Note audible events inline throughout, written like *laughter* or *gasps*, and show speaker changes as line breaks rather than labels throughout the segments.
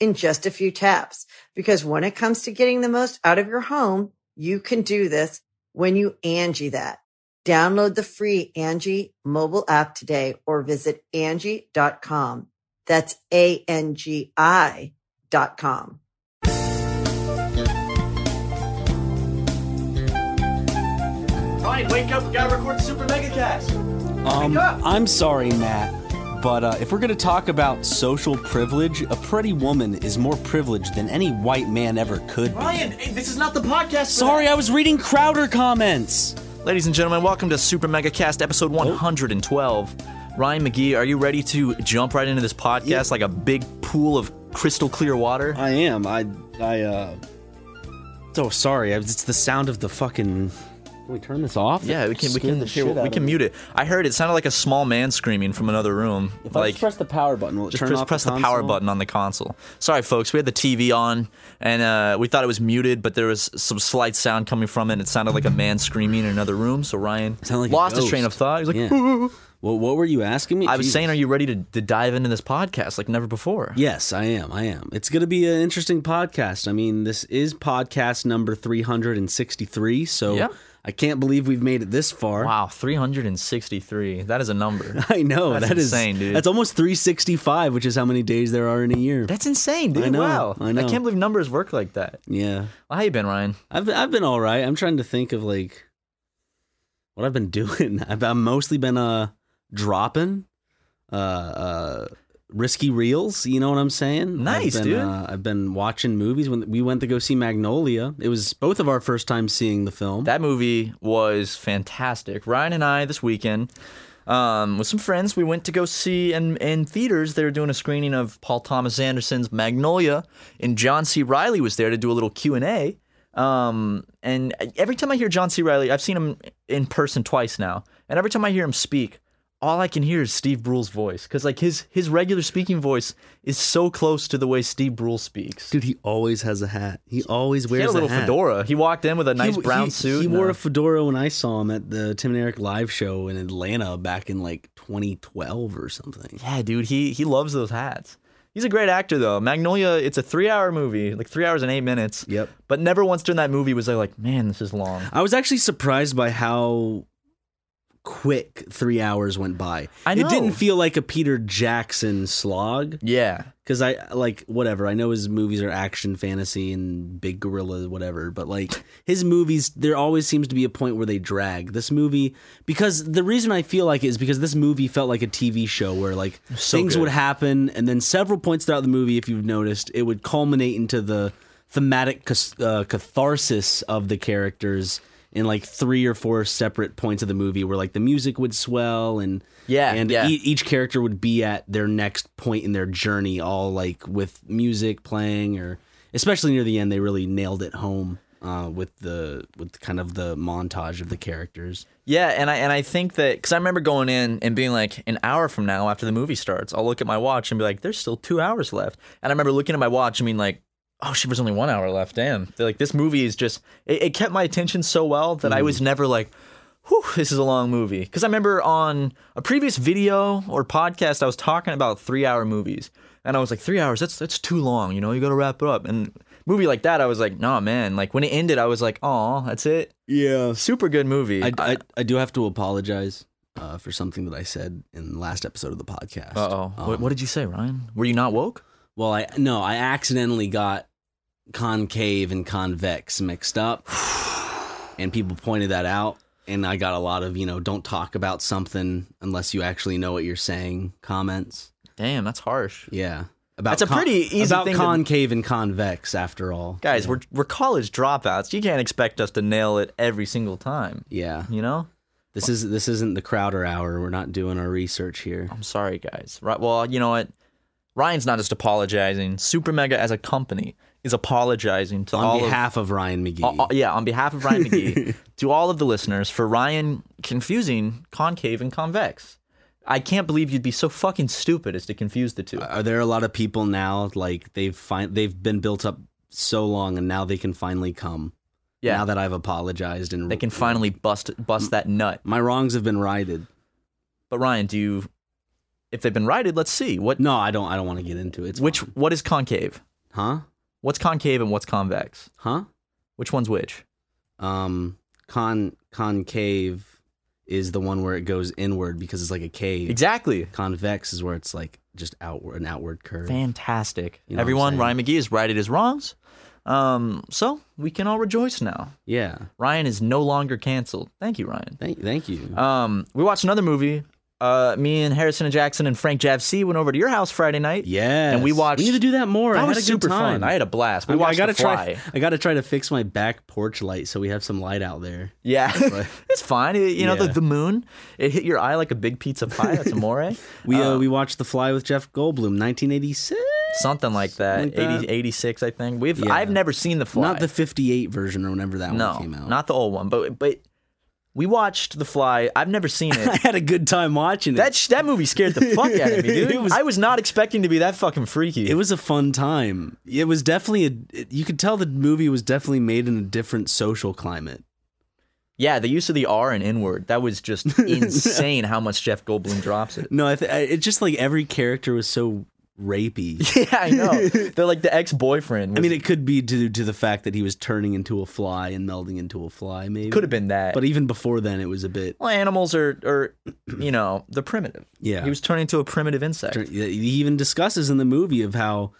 in just a few taps. Because when it comes to getting the most out of your home, you can do this when you Angie that. Download the free Angie mobile app today or visit Angie.com. That's A-N-G-I dot com.
Fine, wake up. We gotta record the Super Mega Cast.
Um,
Wake up.
I'm sorry, Matt, but uh, if we're going to talk about social privilege, a pretty woman is more privileged than any white man ever could be.
Ryan, hey, this is not the podcast. for
Sorry, I was reading Crowder comments.
that. Ladies and gentlemen, welcome to Super Mega Cast, episode 112. Ryan McGee, are you ready to jump right into this podcast like a big pool of crystal clear water?
I am. I. I. uh...
Oh,
So sorry. I- It's the sound of the fucking. Can we turn this off?
yeah, we can we
Scared
can here,
the shit out
we
of
can
me.
mute it. I heard it sounded like a small man screaming from another room.
If I
like
just press the power button, will it
Just
turn
press,
off
press
the,
the, power
console?
button on the console. Sorry, folks, we had the TV on and uh, we thought it was muted, but there was some slight sound coming from it. And it sounded like a man screaming in another room. So Ryan
Sounded like a
lost his train of
ghost.
thought. He was like,
Yeah. well, what were you asking me?
"I was
Jesus.
saying, are you ready to, to dive into this podcast like never before?"
Yes, I am. I am. It's going to be an interesting podcast. I mean, this is podcast number 363, so
Yeah.
I can't believe we've made it this far.
Wow, 363. That is a number.
*laughs* I know.
That's
that is-
insane, dude.
That's almost 365, which is how many days there are in a year.
That's insane, dude.
I know,
wow.
I know.
can't believe numbers work like that.
yeah.
Well, how you been, Ryan?
I've I've been all right. I'm trying to think of like what I've been *laughs* doing. I've, I've mostly been uh dropping uh uh risky reels, you know what I'm saying?
Nice,
I've been,
dude.
Uh, I've been watching movies when we went to go see Magnolia. It was both of our first time seeing the film.
That movie was fantastic. Ryan and I this weekend, um, with some friends, we went to go see in, in theaters. They were doing a screening of Paul Thomas Anderson's Magnolia, and John C. Riley was there to do a little Q and A. Um, and every time I hear John C. Riley, I've seen him in person twice now, and every time I hear him speak. All I can hear is Steve Brule's voice, because like his his regular speaking voice is so close to the way Steve Brule speaks.
Dude, he always has a hat. He always
he
wears
had a little
hat.
fedora. He walked in with a nice
He-
brown
he-
suit.
He
and
wore
a-
a fedora when I saw him at the Tim and Eric live show in Atlanta back in like 2012 or something.
Yeah, dude, he he loves those hats. He's a great actor though. Magnolia, it's a three-hour movie, like three hours and eight minutes.
Yep.
But never once during that movie was I like, man, this is long.
I was actually surprised by how quick three hours went by.
I know.
It didn't feel like a Peter Jackson slog
Yeah.
because I like whatever. I know his movies are action, fantasy, and big gorilla, whatever. But like his movies, there always seems to be a point where they drag. This movie, because the reason I feel like it is because this movie felt like a TV show where like things
good.
would happen, and then several points throughout the movie, if you've noticed, it would culminate into the thematic cas- uh, catharsis of the characters. In like three or four separate points of the movie, where like the music would swell and
Yeah,
and
yeah.
e- each character would be at their next point in their journey, all like with music playing, or especially near the end, they really nailed it home uh, with the with kind of the montage of the characters.
Yeah, and I and I think that because I remember going in and being like, an hour from now after the movie starts, I'll look at my watch and be like, there's still two hours left. And I remember looking at my watch and being like, oh, shit, there's only one hour left. Damn, They're like this movie is just it, it kept my attention so well that
Mm.
I was never like, whew, this is a long movie. Because I remember on a previous video or podcast, I was talking about three hour movies, and I was like, three hours, that's that's too long. You know, you got to wrap it up. And movie like that, I was like, nah, man. Like when it ended, I was like, oh, that's it.
Yeah,
Super good movie.
I, I, I do have to apologize uh, for something that I said in the last episode of the podcast.
Uh oh. what, what did you say, Ryan? Were you not woke?
Well, I no, I accidentally got concave and convex mixed up. and people pointed that out and I got a lot of, you know, don't talk about something unless you actually know what you're saying comments.
Damn, that's harsh.
Yeah. About
That's a pretty easy
about
thing to-
concave and convex after all.
Guys, we're we're college dropouts. You can't expect us to nail it every single time.
Yeah.
You know?
This is this isn't the Crowder hour. We're not doing our research here.
I'm sorry, guys. Right? Well, you know what? Ryan's not just apologizing. Super Mega as a company is apologizing to all
On
of-
behalf of, Ryan McGee.
Uh, uh, yeah, on behalf of Ryan *laughs* McGee, to all of the listeners for Ryan confusing concave and convex. I can't believe you'd be so fucking stupid as to confuse the two.
Are there a lot of people now like they've find they've been built up so long and now they can finally come?
Yeah.
Now that I've apologized and
they can finally bust bust that nut.
my wrongs have been righted.
But Ryan, do you? If they've been righted, let's see what
No, I don't I don't want to get into it. It's
which
fine.
what is concave,
huh?
what's concave, and what's convex.
Huh?
Which one's which?
Um con concave is the one where it goes inward because it's like a cave.
Exactly.
Convex is where it's like just outward an outward curve.
Fantastic.
You know what I'm
Everyone,
saying?
Ryan McGee is righted his wrongs. Um, so we can all rejoice now.
Yeah.
Ryan is no longer canceled. Thank you, Ryan.
Thank thank you.
Um, we watched another movie. Uh, me and Harrison and Jackson and Frank Javc went over to your house Friday night.
yeah.
and we watched-
We need to do that more. I
that
had
was
a good
super
time.
fun. I had a blast. We
I-
watched
I gotta
The Fly.
try. *laughs* I gotta try to fix my back porch light so we have some light out there.
Yeah,
Right.
*laughs* it's fine. It- you know, the,
Yeah.
the moon it hit your eye like a big pizza pie.
*laughs*
That's amore,
We uh, we watched The Fly with Jeff Goldblum, 1986.
something like that.
Something like that.
80, 86, I think. We've
Yeah.
I've never seen the fly.
Not the 58 version or whenever that
no,
one came out.
not the old one. But but we watched the fly. I've never seen
*laughs* *laughs* I
it.
had a good time watching it.
that sh- that movie scared the fuck out of me, dude.
*laughs* It was-
I was not expecting to be that fucking freaky.
it was a fun time. It was definitely a. it- you could tell the movie was definitely made in a different social climate.
Yeah, the use of the R and inward. That was
*laughs*
just insane how much Jeff Goldblum drops it.
No, I th- I, it's just like every character was so
*laughs*
rapey.
Yeah, I know. They're like the ex boyfriend.
I mean, it could be due to the fact that he was turning into a fly and melding into a fly, maybe.
could have been that.
But even before then, it was a bit.
well, animals are, are, *clears throat* you know, the primitive.
Yeah.
He was turning into a primitive insect.
Tur- He even discusses in the movie of how,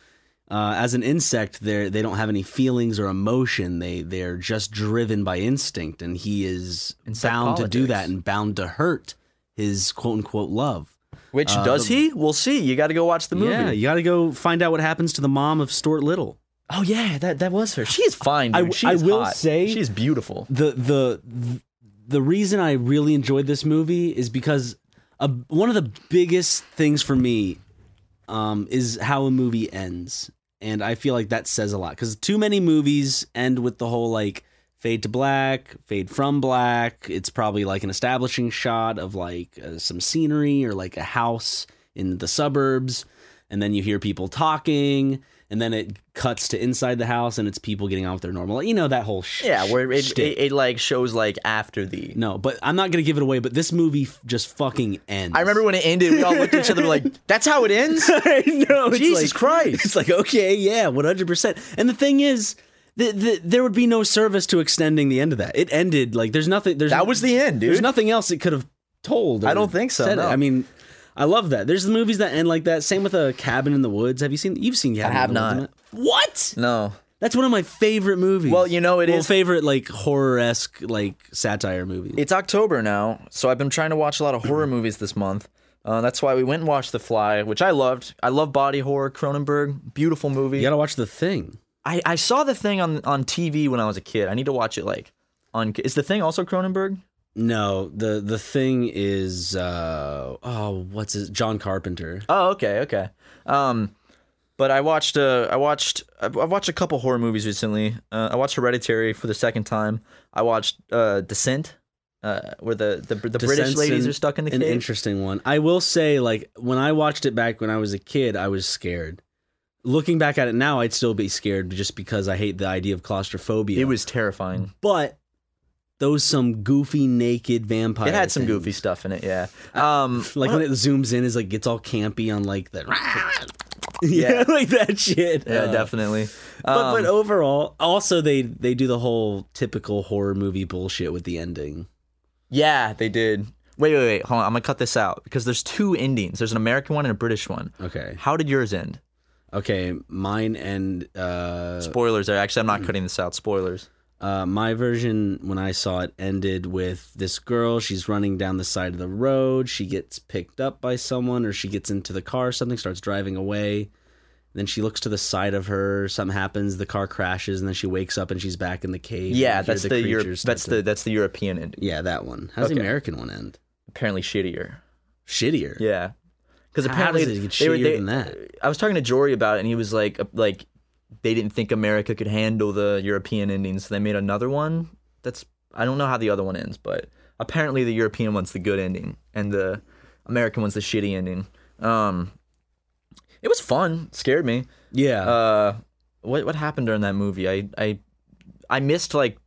uh, as an insect, they they don't have any feelings or emotion. They they're just driven by instinct, and he is
Insect
bound to do
politics.
that and bound to hurt his quote unquote love.
Which
Uh,
does
the-
he? We'll see. You got to go watch the movie.
Yeah, you got to go find out what happens to the mom of Stuart Little.
Oh yeah, that that was her. She is fine.
I
Dude.
w-
She
I
is
will
hot.
say-
she's beautiful.
the the the reason I really enjoyed this movie is because a, one of the biggest things for me um, is how a movie ends, and I feel like that says a lot because too many movies end with the whole like fade to black, fade from black. It's probably like an establishing shot of like uh, some scenery or like a house in the suburbs, and then you hear people talking. And then it cuts to inside the house, and it's people getting on with their normal, you know, that whole sh-
Yeah, where it, it,
shtick.
it, like shows like after the.
No, but I'm not gonna give it away. But this movie f- just fucking ends.
I remember when it ended, we all looked at each other like, "That's how it ends."
*laughs* I know. it's
Jesus
like- *laughs*
Christ.
It's like okay, yeah, 100. percent And the thing is, th th there would be no service to extending the end of that. It ended like there's nothing. There's
That was the end, dude.
There's nothing else it could have told. or
I don't think so,
said it.
no.
I mean, I love that. There's the movies that end like that. Same with a Cabin in the Woods. Have you seen? You've seen Cabin?
have
in the
not.
Woods, haven't you? What?
No.
That's one of my favorite movies.
Well, you know, it
it is
is-
favorite like horror esque like satire movies.
It's October now, so I've been trying to watch a lot of
*clears throat*
horror movies this month. Uh, that's why we went and watched The Fly, which I loved. I love body horror. Cronenberg, beautiful movie.
you gotta watch The Thing.
I, I saw the thing on on TV when I was a kid. I need to watch it. Like, on is the thing also Cronenberg?
No, the the thing is uh oh what's his John Carpenter.
Oh, okay, okay. Um, but I watched uh, I watched I've I've watched a couple horror movies recently. Uh, I watched Hereditary for the second time. I watched uh, Descent, uh, where the the, the British
Descent's
ladies
an-
are stuck in the
An
cage.
interesting one. I will say like when I watched it back when I was a kid, I was scared. Looking back at it now, I'd still be scared just because I hate the idea of claustrophobia.
It was terrifying.
but those some goofy naked vampire.
It had some
things.
goofy stuff in it. Yeah.
*laughs*
Um,
Like when it zooms in, is like gets all campy on like that.
Yeah.
*laughs* yeah, like that shit.
Yeah,
Uh,
definitely.
But, oh
Um,
but overall, also they they do the whole typical horror movie bullshit with the ending.
yeah, they did. Wait, wait, wait. Hold on. I'm gonna cut this out because there's two endings. There's an American one and a British one.
Okay,
How did yours end?
okay, mine and uh,
Spoilers. There. Actually, I'm not cutting this out. Spoilers.
Uh, my version, when I saw it, ended with this girl. She's running down the side of the road. She gets picked up by someone, or she gets into the car. Something starts driving away. Then she looks to the side of her. Something happens. The car crashes, and then she wakes up and she's back in the cave. You
Yeah,
hear
that's the, Europe.
creatures
That's
start
the that's the European end.
to- yeah that one. How's the
Okay.
American one end?
Apparently shittier.
Shittier.
Yeah, because
How
apparently
does it get
they were-
shittier
they- uh,
than that?
I was talking to Jory about it, and he was like, uh, like they didn't think America could handle the European ending, so they made another one. That's I don't know how the other one ends, but apparently the European one's the good ending, and the American one's the shitty ending. Um, it was fun, scared me.
Yeah.
Uh, what what happened during that movie? I I I missed like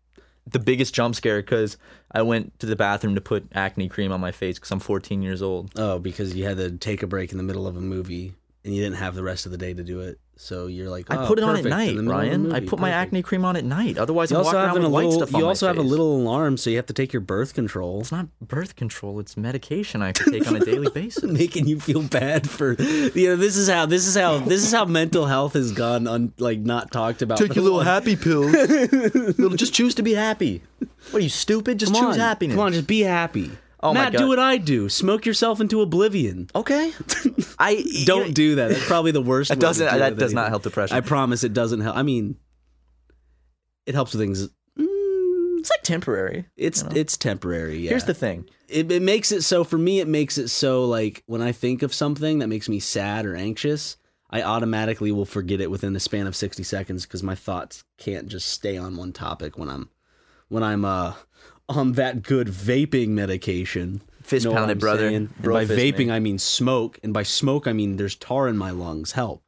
the biggest jump scare because I went to the bathroom to put acne cream on my face because I'm 14 years old.
Oh, because you had to take a break in the middle of a movie and you didn't have the rest of the day to do it. So you're like,
I
oh,
put it on at
perfect, in
night,
the middle of the
Ryan. I
movie,
put my
perfect.
acne cream on at night. Otherwise,
You
I'm
also
walking
have
around
an- a
with white
little.
stuff on
You
my
also have a
face.
little alarm, so you have to take your birth control. *laughs*
It's not birth control. It's medication I have to take on a daily basis.
Making you feel bad for you know this is how this is how this is how mental health has gone un, like not talked about. for the longest-
happy
*laughs*
pill. little, just choose to be happy. What are you stupid? Just
Come
choose
on,
happiness.
Come on, just be happy.
Oh my
Matt,
God.
do what I do. Smoke yourself into oblivion.
okay.
*laughs*
I
Don't do that. That's probably
*laughs*
the worst.
That
way to
doesn't-
deal
that
with
does not
anything.
help depression.
I promise it doesn't help. I mean, it helps with things.
It's like temporary.
It's it's temporary. Yeah.
Here's the thing.
it, it makes it so for me. It makes it so like when I think of something that makes me sad or anxious, I automatically will forget it within the span of sixty seconds because my thoughts can't just stay on one topic when I'm when I'm uh on that good vaping medication.
Fist
Know what
pounded,
I'm
brother.
saying? And
Bro
by
fist
vaping,
me.
I mean smoke, and by smoke, I mean there's tar in my lungs. Help.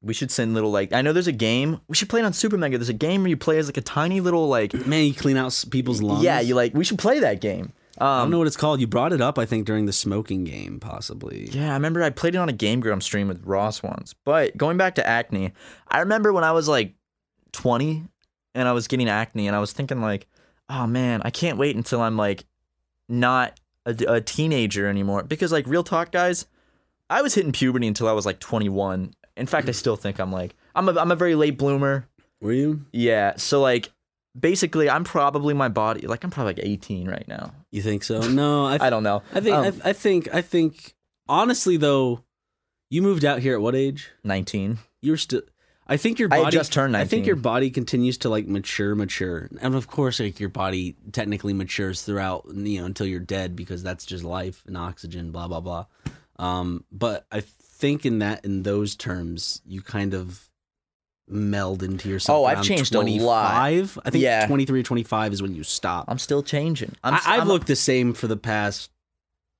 We should send little like I know there's a game. We should play it on Super Mega. There's a game where you play as like a tiny little like
Man, you clean out s- people's lungs.
Yeah, you like we should play that game.
I don't
Um
know what it's called. You brought it up, I think, during the smoking game, possibly.
yeah, I remember I played it on a Game Grumps stream with Ross once. But going back to acne, I remember when I was like 20 and I was getting acne and I was thinking like, "Oh man, I can't wait until I'm like not a, a teenager anymore." Because like real talk guys, I was hitting puberty until I was like 21. In fact, I still think I'm like I'm a I'm a very late bloomer.
Were you?
Yeah. So like basically I'm probably my body like I'm probably like 18 right now.
You
*laughs*
think so? No, I, th-
I don't know.
I think.
Um,
I, I think. I think. Honestly, though, you moved out here at what age?
19.
You're still. I think your
I
body
had just turned
I think
19.
your body continues to like mature, mature, and of course, like your body technically matures throughout, you know, until you're dead because that's just life and oxygen, blah blah blah. Um, but I think in that in those terms, you kind of meld into yourself.
Oh, I've
around
changed a lot.
25. I think
Yeah.
23, 25 is when you stop.
I'm still changing. I'm,
i
s-
i
*laughs*
have
I'm
looked the same for the past,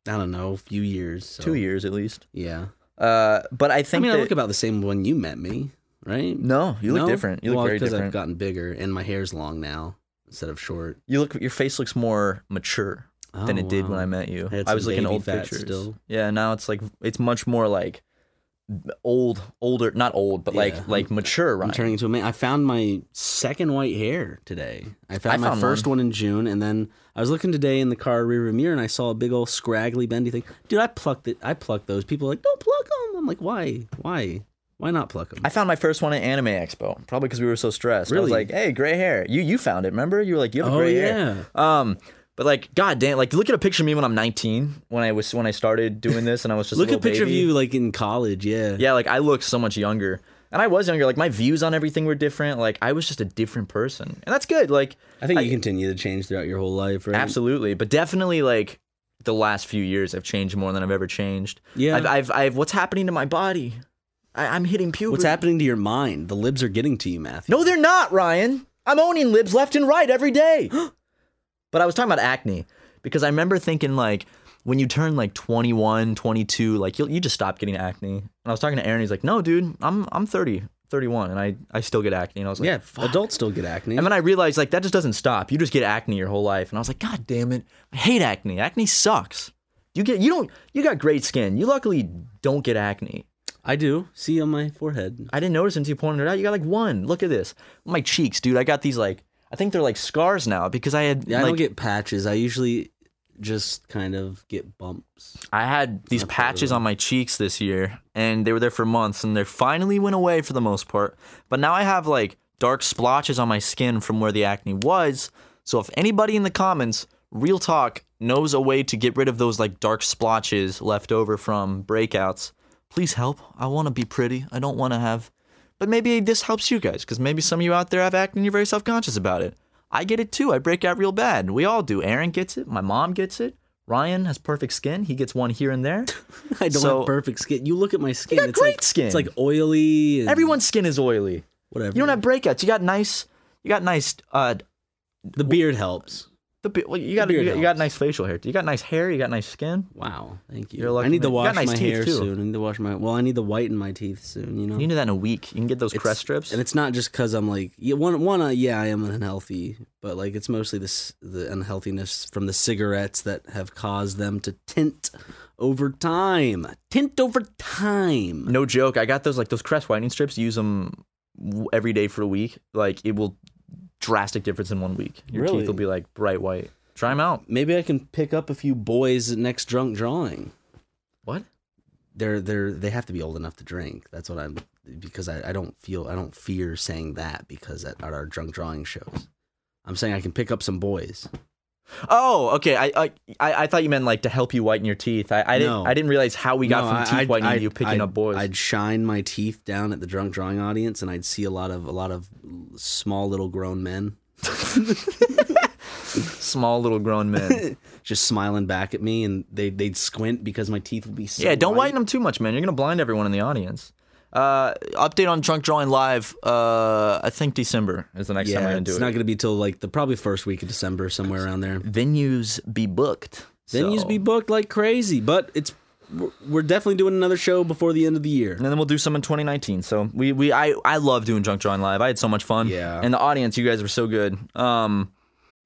I don't know, few years. so-
2 years at least.
Yeah.
Uh but I
I
think
mean, I
that-
look about the same when you met me, right?
No, you look
No?
different. You look
well,
very
I've
different.
gotten bigger and my hair's long now instead of short.
you look your face looks more mature than
Oh,
it did
wow.
when I met you.
I had
I, was
some
looking at
baby
old
fat
pictures.
still.
Yeah, now it's like it's much more like old older not old but
Yeah.
like like mature
I'm
right
turning into a man. I found my second white hair today. I found my
found
first one. in June, and then I was looking today in the car rearview mirror, and I saw a big old scraggly bendy thing. Dude, I plucked it. I plucked those. People are like, don't pluck them. I'm like, why? Why? Why not pluck them?
I found my first one at Anime Expo, probably because we were so stressed. I was
Really?
like, "Hey, gray hair! You you found it? Remember? You were like, you have a
Oh,
gray
yeah.
hair." Um, but like, god damn, like look at a picture of me when I'm 19, when I was when I started doing this, and I was just a
Look at a
little
picture
baby.
of you like in college. Yeah.
Yeah, like I look so much younger, and I was younger. Like my views on everything were different. Like I was just a different person, and that's good. Like
I think you continue to change throughout your whole life, right?
Absolutely, but definitely like the last few years, I've changed more than I've ever changed.
Yeah.
I've, I've, I've what's happening to my body? I, I'm hitting puberty.
What's happening to your mind? The libs are getting to you, Matthew.
No, they're not, Ryan. I'm owning libs left and right every day. but I was talking about acne because I remember thinking like when you turn like 21, 22, like you you just stop getting acne. And I was talking to Aaron, he's like, "No, dude, I'm I'm 30, 31 and I I still get acne." And I was like,
yeah, adults still get acne.
and then I realized like that just doesn't stop. You just get acne your whole life. And I was like, God damn it. I hate acne. Acne sucks. You get you don't you got great skin. You luckily don't get acne.
I do. See on my forehead.
I didn't notice until you pointed it out. You got like one. Look at this. My cheeks, dude. I got these like I think they're like scars now because I had
Yeah, I
like
don't get patches. I usually just kind of get bumps.
I had these
Not part of
patches
them.
on my cheeks this year and they were there for months and they finally went away for the most part. But now I have like dark splotches on my skin from where the acne was. So if anybody in the comments, real talk, knows a way to get rid of those like dark splotches left over from breakouts, please help. I want to be pretty. I don't want to have. But maybe this helps you guys because maybe some of you out there have acne and you're very self conscious about it. I get it too. I break out real bad. We all do. Aaron gets it. My mom gets it. Ryan has perfect skin. He gets one here and
*laughs*
there.
*laughs* I don't
So-
have perfect skin. You look at my skin.
got
it's
great
like,
skin.
It's like oily. And
Everyone's skin is oily.
whatever.
You don't have breakouts. You got nice. You got nice. Uh,
the beard helps.
the be- well, you got
beard
you, got- you got
helps.
nice facial hair. You got nice hair. You got nice skin.
Wow, thank
You're
you.
lucky,
I need to
man. You got
wash
nice
my
teeth,
hair
too.
soon. I need to wash my. Well, I need to whiten my teeth soon. You know.
You can do that in a week. You can get those
It's-
crest strips.
And it's not just because I'm like yeah, one one uh, yeah I am unhealthy, but like it's mostly this the unhealthiness from the cigarettes that have caused them to tint over time, tint over time.
no joke. I got those like those crest whitening strips. Use them every day for a week. Like it will drastic difference in one week. Your
Really?
teeth will be like bright white. Try them out.
Maybe I can pick up a few boys at next drunk drawing.
What?
They're they're they have to be old enough to drink. That's what I'm because I, I don't feel I don't fear saying that because at, at our drunk drawing shows, I'm saying I can pick up some boys.
Oh, okay. I I I I thought you meant like to help you whiten your teeth. I, I
No.
didn't I didn't realize how we got
No,
from
I-
teeth
I'd-
whitening
I'd-
to you picking
I'd-
up boys.
I'd shine my teeth down at the drunk drawing audience, and I'd see a lot of a lot of small little grown men
Small little grown
*laughs*
men.
just smiling back at me, and they they'd squint because my teeth would be so
yeah, don't
white.
whiten them too much, man. You're gonna blind everyone in the audience. Uh, update on Drunk Drawing Live. Uh, I think December is the next time we're
Yeah,
gonna do
it's
it.
not going to be till like the probably first week of December somewhere around there.
Venues be booked.
Venues
So-
be booked like crazy, but it's we're- we're definitely doing another show before the end of the year.
and then we'll do some in 2019. So we we I I love doing Drunk Drawing Live. I had so much fun.
Yeah.
And the audience, you guys were so good. Um.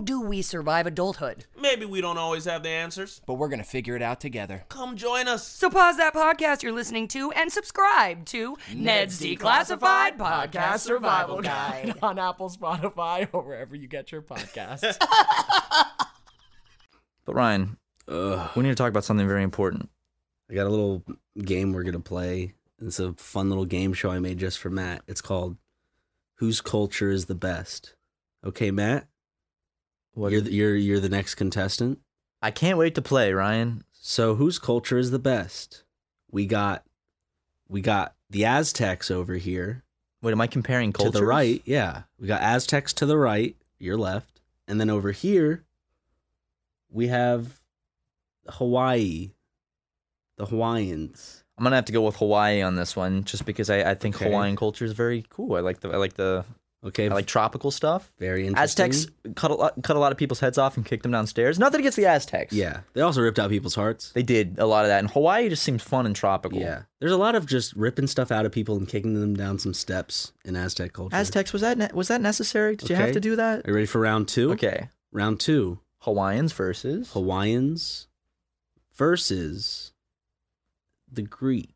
do we survive adulthood?
Maybe we don't always have the answers.
but we're going to figure it out together.
Come join us.
So pause that podcast you're listening to and subscribe to Ned's Declassified Podcast Survival *laughs* Guide.
on Apple, Spotify, or wherever you get your podcasts.
But Ryan, we need to talk about something very important.
I got a little game we're gonna play. It's a fun little game show I made just for Matt. It's called "Whose Culture Is the Best." Okay, Matt,
What
you're the, you're you're the next contestant.
I can't wait to play, Ryan.
So whose culture is the best? We got we got the Aztecs over here
Wait, am I comparing cultures?
to the right. Yeah. We got Aztecs to the right, your left. And then over here we have Hawaii. The Hawaiians.
I'm gonna have to go with Hawaii on this one, just because I, I think
Okay.
Hawaiian culture is very cool. I like the I like the
Okay.
I like tropical stuff.
very interesting.
Aztecs cut a, lot, cut a lot of people's heads off and kicked them downstairs. Not that against the Aztecs.
Yeah. They also ripped out people's hearts.
They did a lot of that. And Hawaii just seems fun and tropical.
Yeah. There's a lot of just ripping stuff out of people and kicking them down some steps in Aztec culture.
Aztecs, was that ne- was that necessary? Did you have
Okay.
to do that?
Are you ready for round two?
Okay.
Round two
Hawaiians versus
Hawaiians versus the Greek.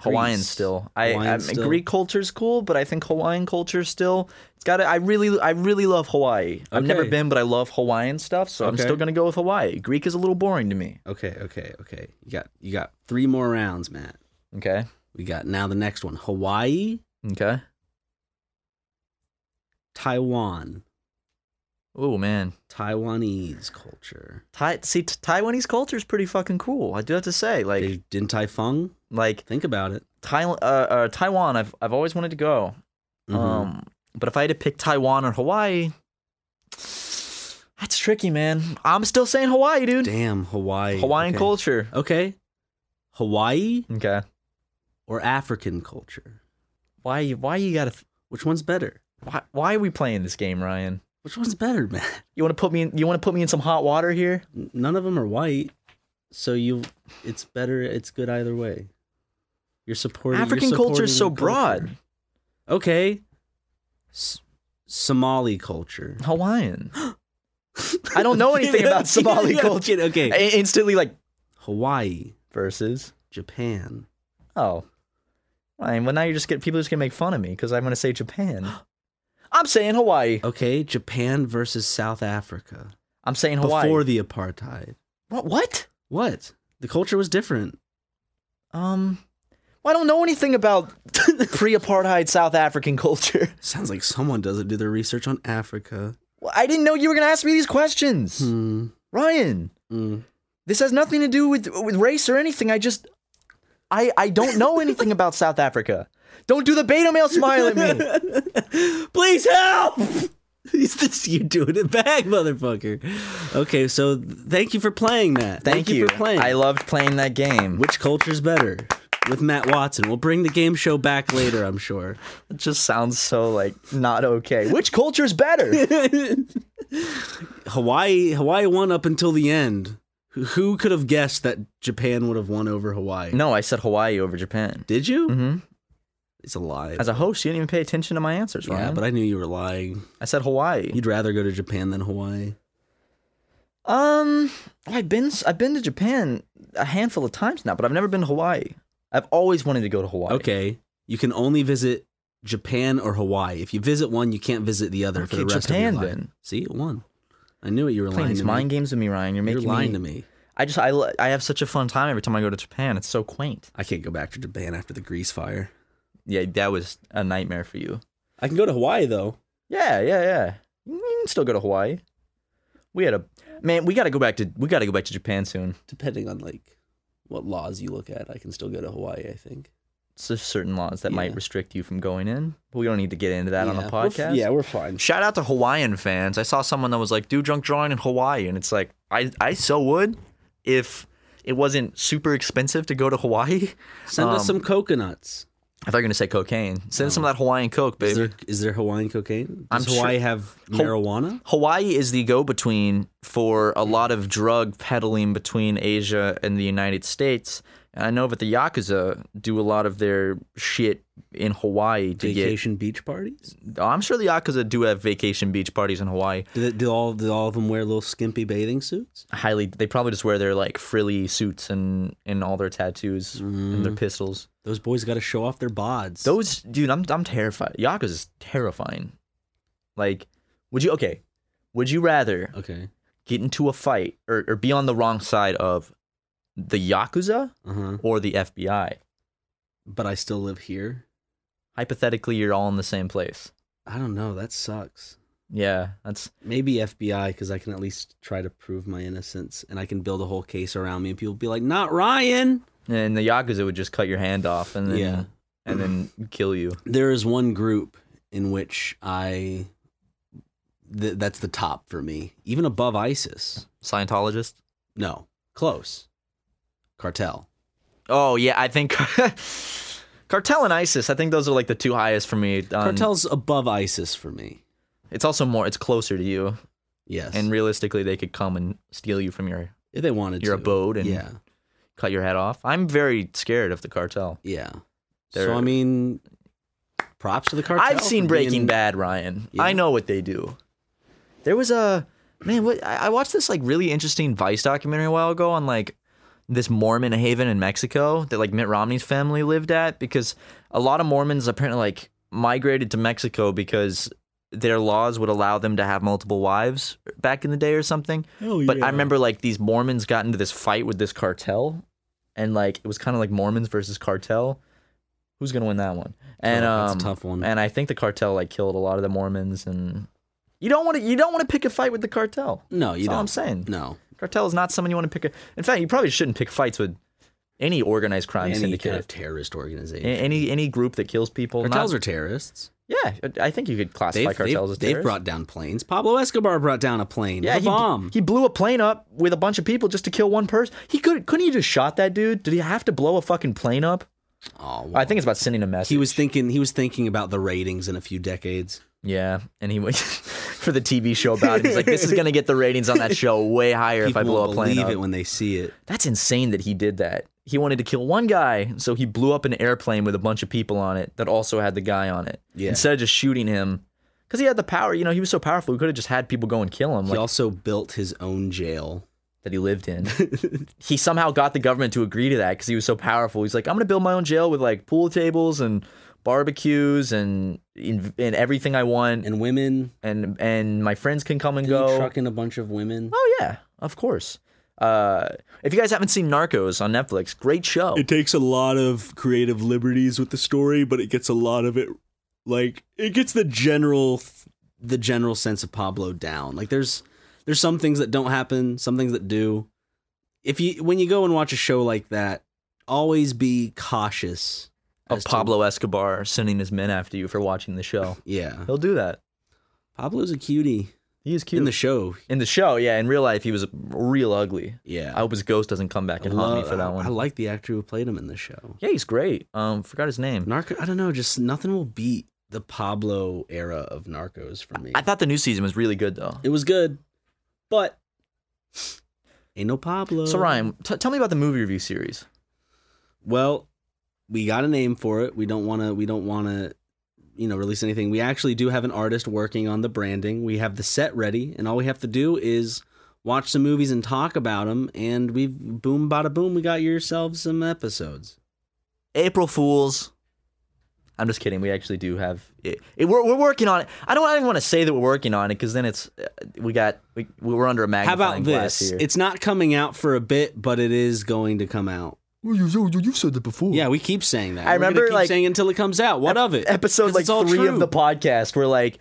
Hawaiian
Greece.
still. I,
Hawaiian
I mean,
still.
Greek culture's cool, but I think Hawaiian culture still. It's got. I really, I really love Hawaii. I've never
Okay.
been, but I love Hawaiian stuff, so I'm
Okay.
still gonna go with Hawaii. Greek is a little boring to me.
Okay, okay, okay. You got you got three more rounds, Matt.
Okay.
We got now the next one. Hawaii,
Okay.
Taiwan.
Oh man.
Taiwanese culture.
Tai- see, t- Taiwanese culture is pretty fucking cool. I do have to say, like,
They didn't Taifung?
like
Think about it.
Tai- uh, uh, Taiwan. I've I've always wanted to go.
Mhm.
Um, but if I had to pick Taiwan or Hawaii, that's tricky, man. I'm still saying Hawaii, dude.
Damn, Hawaii.
Hawaiian
Okay.
culture.
Okay. Hawaii
Okay.
or African culture?
Why you why you gotta th-
Which one's better?
why, why are we playing this game, Ryan?
Which one's better, Matt?
You wanna put me in you wanna put me in some hot water here?
N- None of them are white, so you. It's better. It's good either way. You're supporting you're
African culture is so
supporting the
broad.
culture. Okay. S- Somali culture. *gasps*
Hawaiian. I don't know anything about Somali
*laughs* Yeah,
culture.
okay, Okay.
I- instantly like
Hawaii,
versus.
Japan.
Oh. Ryan, well now you're just get people are just gonna make fun of me because I'm gonna say
*gasps*
Japan. I'm saying Hawaii.
Okay, Japan versus South Africa
I'm saying Hawaii.
before the apartheid.
what what?
What? The culture was different.
Um, well, I don't know anything
*laughs*
about pre-apartheid South African culture.
Sounds like someone doesn't do their research on Africa.
Well, I didn't know you were going to ask me these questions,
Hmm.
Ryan.
Mm.
This has nothing to do with with race or anything. I just, I I don't know anything about South Africa. Don't do the beta male smile
*laughs*
at me.
Please help! *laughs* He's this, you're doing it back, motherfucker. Okay, so th- thank you for playing that.
Thank you.
for playing.
I loved playing that game.
Which culture's better? With Matt Watson. We'll bring the game show back later, I'm sure.
It just sounds so like not okay. Which culture's
*laughs*
better?
Hawaii Hawaii won up until the end. Who- Who could have guessed that Japan would have won over Hawaii?
no, I said Hawaii over Japan.
Did you?
Mhm.
It's a lie.
As a host, you didn't even pay attention to my answers, Ryan.
yeah, but I knew you were lying.
I said Hawaii.
You'd rather go to Japan than Hawaii.
Um, I've been I've been to Japan a handful of times now, but I've never been to Hawaii. I've always wanted to go to Hawaii.
Okay. You can only visit Japan or Hawaii. If you visit one, you can't visit the other for
Okay,
the rest
Japan,
of your life.
then.
See, it won. I knew it. You were
You're
lying
playing these
to
mind
me.
games with me, Ryan. You're
You're
making
lying
me,
to me.
I just I lo- I have such a fun time every time I go to Japan. It's so quaint.
I can't go back to Japan after the grease fire.
Yeah, that was a nightmare for you.
I can go to Hawaii though.
Yeah, yeah, yeah. You can still go to Hawaii. We had a man. We got to go back to we got to go back to Japan soon.
Depending on like what laws you look at, I can still go to Hawaii. I think.
It's just certain laws that
Yeah.
might restrict you from going in. But we don't need to get into that on the
Yeah, we're f-
podcast.
yeah, we're fine.
Shout out to Hawaiian fans. I saw someone that was like, do drunk drawing in Hawaii. And it's like, I, I so would if it wasn't super expensive to go to Hawaii. *laughs*
Send us
Um,
some coconuts.
I thought you were going to say cocaine. Send us some of that Hawaiian Coke, babe.
Is there is there Hawaiian cocaine?
I'm
Does Hawaii
sure-
have
Ho-
marijuana?
Hawaii is the go between for a lot of drug peddling between Asia and the United States. And I know that the Yakuza do a lot of their shit in Hawaii to
Vacation beach parties?
get. I'm sure the Yakuza do have vacation beach parties in Hawaii.
Do, they, do all do all of them wear little skimpy bathing suits?
highly they probably just wear their like frilly suits and and all their tattoos and their pistols
Those boys got to show off their bods.
those dude i'm i'm terrified yakuza is terrifying like would you okay would you rather
Okay.
get into a fight or, or be on the wrong side of the yakuza
Uh huh.
or the fbi
But I still live here.
hypothetically you're all in the same place
I don't know. That sucks.
yeah that's
Maybe FBI because I can at least try to prove my innocence and I can build a whole case around me and people be like, "Not Ryan."
and the yakuza would just cut your hand off and then
Yeah.
and then kill you
there is one group in which I th- that's the top for me, even above ISIS.
scientologist
No, close. Cartel.
Oh yeah, I think *laughs* Cartel and ISIS, I think those are like the two highest for me. on-
Cartel's above ISIS for me.
It's also more. It's closer to you,
Yes,
and realistically, they could come and steal you from your
if they wanted
your
to.
abode and
yeah,
cut your head off. I'm very scared of the cartel.
yeah.
They're-
So I mean, props to the cartel.
I've seen
for
Breaking
being-
Bad, Ryan.
Yeah.
I know what they do. There was a man. What I I watched this like really interesting Vice documentary a while ago on like this Mormon haven in Mexico that like Mitt Romney's family lived at because a lot of Mormons apparently like migrated to Mexico because their laws would allow them to have multiple wives back in the day or something.
Oh,
But
yeah.
I remember like these Mormons got into this fight with this cartel, and like it was kind of like Mormons versus cartel. Who's gonna win that one? And
Oh, that's a
um,
tough one.
And I think the cartel like killed a lot of the Mormons, and you don't want to you don't want to pick a fight with the cartel.
No, you
That's
don't.
all I'm saying.
No,
Cartel is not someone you want to pick. A, in fact, you probably shouldn't pick fights with any organized crime
any
syndicate,
kind of terrorist
A-
organization.
any any group that kills people.
cartels
not,
are terrorists.
yeah. I think you could classify
They've, they've,
cartels as
they've
terrorists.
brought down planes. Pablo Escobar brought down a plane.
Yeah,
with
he,
a bomb.
he blew a plane up with a bunch of people just to kill one person. He could couldn't he just shot that dude? Did he have to blow a fucking plane up?
oh,
I think it's about sending a message.
he was thinking. He was thinking about the ratings in a few decades.
yeah, and he was *laughs* for the TV show about it. He's like, this is gonna get the ratings on that show way higher if I
People
blow
won't
a plane
believe
up.
it when they see it.
That's insane that he did that. He wanted to kill one guy, so he blew up an airplane with a bunch of people on it that also had the guy on it.
Yeah.
Instead of just shooting him, because he had the power. You know, he was so powerful. He could have just had people go and kill him.
He
Like,
also built his own jail.
that he lived
*laughs*
in. he somehow got the government to agree to that because he was so powerful. He's like, I'm going to build my own jail with like pool tables and barbecues and and and everything I want, and
and women
and, my friends can come and
Didn't
go.
he truck in a bunch of women.
oh yeah, of course. Uh, if you guys haven't seen Narcos on Netflix, great show.
It takes a lot of creative liberties with the story, but it gets a lot of it. Like it gets the general. th-
The general sense of Pablo down. Like there's there's some things that don't happen, some things that do. If you when you go and watch a show like that, always be cautious
of
as to-
Oh, Pablo Escobar sending his men after you for watching the
*laughs*
show.
yeah,
He'll do that.
Pablo's a cutie
He is Oh. cute
in the show.
In the show, yeah. In real life, he was real ugly.
Yeah,
I hope his ghost doesn't come back and haunt me for that one.
I like the actor who played him in the show.
Yeah, he's great. Um, forgot his name.
Narco. I don't know. Just nothing will beat the Pablo era of Narcos for me.
I thought the new season was really good though.
it was good, but ain't no Pablo.
So Ryan, t- tell me about the movie review series.
Well, we got a name for it. We don't want to. We don't want to, you know, release anything. We actually do have an artist working on the branding. We have the set ready, and all we have to do is watch some movies and talk about them. And we've boom, bada boom. We got yourselves some episodes.
April Fools. I'm just kidding. We actually do have it. it- we're, we're working on it. I don't even want to say that we're working on it because then it's uh, we got we we're under a
How
magnifying
about
glass
this?
here.
It's not coming out for a bit, but it is going to come out.
Well, you, you you've said that before.
Yeah, we keep saying that.
I
We're gonna
remember,
keep
like,
saying until it comes out. What of it?
episode
'Cause
like
it's all
three of
true.
the podcast. We're like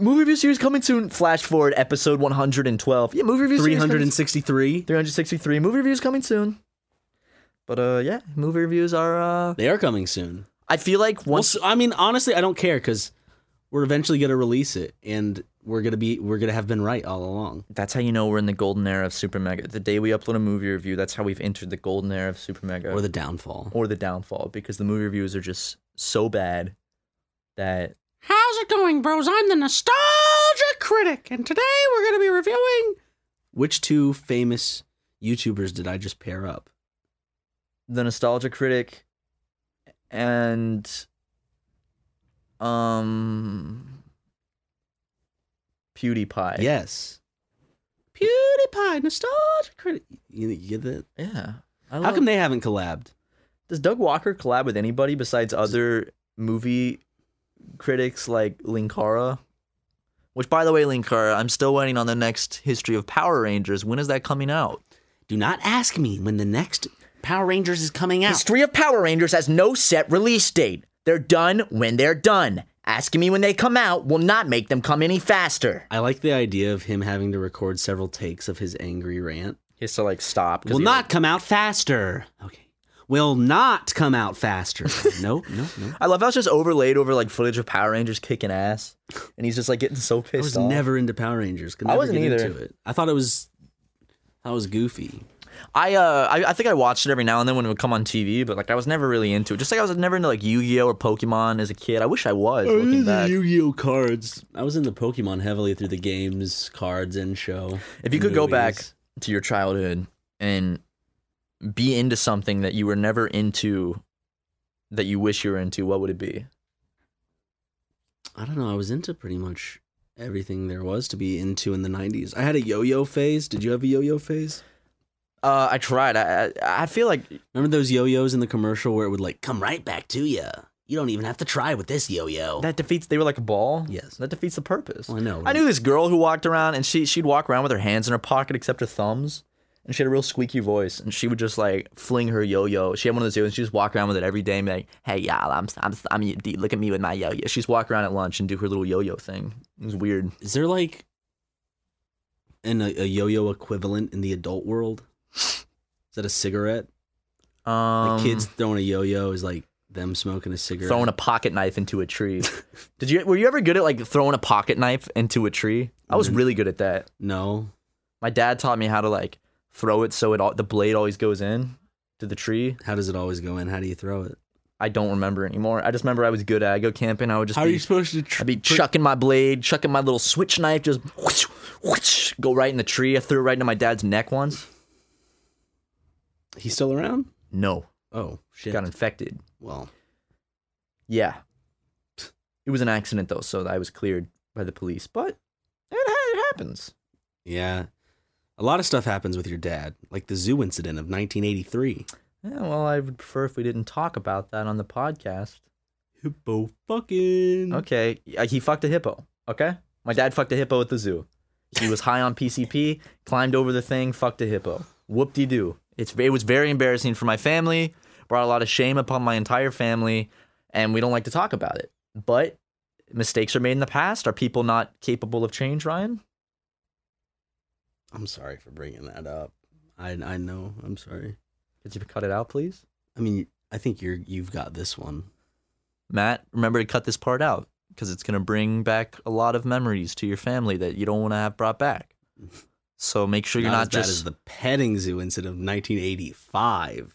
movie review series coming soon. Flash forward episode 112. Yeah, movie review series coming soon.
363.
363 movie reviews coming soon. But uh, yeah, movie reviews are. uh
They are coming soon.
I feel like
Well,
once
so- I mean, honestly, I don't care because we're eventually gonna release it, and we're gonna be we're gonna have been right all along.
That's how you know we're in the golden era of Super Mega. The day we upload a movie review, that's how we've entered the golden era of Super Mega
Or the downfall.
or the downfall because the movie reviews are just so bad that
How's it going, bros? I'm the nostalgia critic, and today we're gonna be reviewing which two famous YouTubers did I just pair up?
the Nostalgia Critic and um PewDiePie.
Yes, PewDiePie, nostalgia critic. You, you get that?
yeah. I
How
love-
come they haven't collabed?
does Doug Walker collab with anybody besides other movie critics like Linkara? Which, by the way, Linkara, I'm still waiting on the next history of Power Rangers. When is that coming out?
Do not ask me when the next Power Rangers is coming out.
History of Power Rangers has no set release date. They're done when they're done. Asking me when they come out will not make them come any faster.
I like the idea of him having to record several takes of his angry rant.
He has to like stop. 'cause
Will
he,
not
like-
come out faster. Okay. Will not come
*laughs*
out faster. no, no, no.
I love how it's just overlaid over like footage of Power Rangers kicking ass, and he's just like getting so
I
pissed
was
off.
never into Power Rangers. Could
I
never
wasn't
get
either.
Into it. I thought it was, I was goofy.
I uh I, I think I watched it every now and then when it would come on TV, but like I was never really into it. Just like I was never into like Yu-Gi-Oh or Pokemon as a kid. I wish I was
Oh,
looking
these are
back.
Yu-Gi-Oh cards.
I was into Pokemon heavily through the games, cards, and show.
If you could go back to your childhood and be into something that you were never into that you wish you were into, what would it be?
I don't know. I was into pretty much everything there was to be into in the '90s. I had a yo-yo phase. Did you have a yo-yo phase?
Uh, I tried. I I, I feel like
Remember those yo-yos in the commercial where it would like come right back to you? You don't even have to try with this yo-yo.
that defeats. They were like a ball.
Oh. Yes.
that defeats the purpose.
Well, I know.
I knew this girl who walked around and she she'd walk around with her hands in her pocket except her thumbs. And she had a real squeaky voice, and she would just like fling her yo-yo. She had one of those yo-yos. and She just walk around with it every day, and be like, "Hey y'all, I'm I'm I'm look at me with my yo-yo." She's walk around at lunch and do her little yo-yo thing. It was weird.
Is there like an a, a yo-yo equivalent in the adult world? Is that a cigarette?
Um,
like kids throwing a yo-yo is like them smoking a cigarette.
throwing a pocket knife into a tree. Did you were you ever good at like throwing a pocket knife into a tree? I was
Mm.
really good at that.
no.
My dad taught me how to like throw it so it all, the blade always goes in to the tree.
How does it always go in? How do you throw it?
I don't remember anymore. I just remember I was good at. I go camping. I would just
How are
be,
you supposed to? Tr-
I'd be chucking my blade, chucking my little switch knife, just whoosh, whoosh, go right in the tree. I threw it right into my dad's neck once.
He's still around?
No,
Oh shit.
got infected.
Well,
Yeah, it was an accident though, so I was cleared by the police. But it, ha- it happens.
yeah. A lot of stuff happens with your dad, like the zoo incident of 1983.
Yeah, well, I would prefer if we didn't talk about that on the podcast.
hippo fucking.
Okay, uh, he fucked a hippo. Okay, my dad fucked a hippo at the zoo. He was high on PCP, climbed over the thing, fucked a hippo. Whoop de doo. It's it was very embarrassing for my family. Brought a lot of shame upon my entire family, and we don't like to talk about it. But mistakes are made in the past. Are people not capable of change, Ryan?
I'm sorry for bringing that up. I I know. I'm sorry.
Could you cut it out, please?
I mean, I think you're you've got this one.
Matt, remember to cut this part out because it's going to bring back a lot of memories to your family that you don't want to have brought *laughs* back. So make sure you're not
as bad
just
as the petting zoo incident of 1985.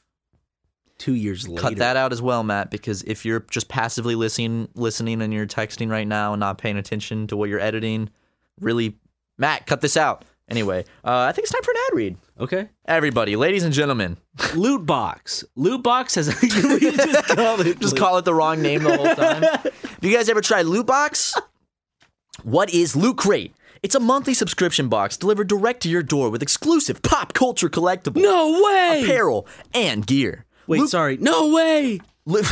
Two years later.
cut that out as well, Matt, because if you're just passively listening, listening, and you're texting right now and not paying attention to what you're editing, really, Matt, cut this out. Anyway, uh, I think it's time for an ad read.
Okay.
Everybody, ladies and gentlemen,
Loot box. Loot box has. *laughs* we just call it.
just call it the wrong name the whole time. Have you guys ever tried Loot Box? What is Loot Crate? It's a monthly subscription box delivered direct to your door with exclusive pop culture collectibles,
No way.
apparel, and gear.
Wait,
Loot-
sorry. No way.
*laughs* Loot,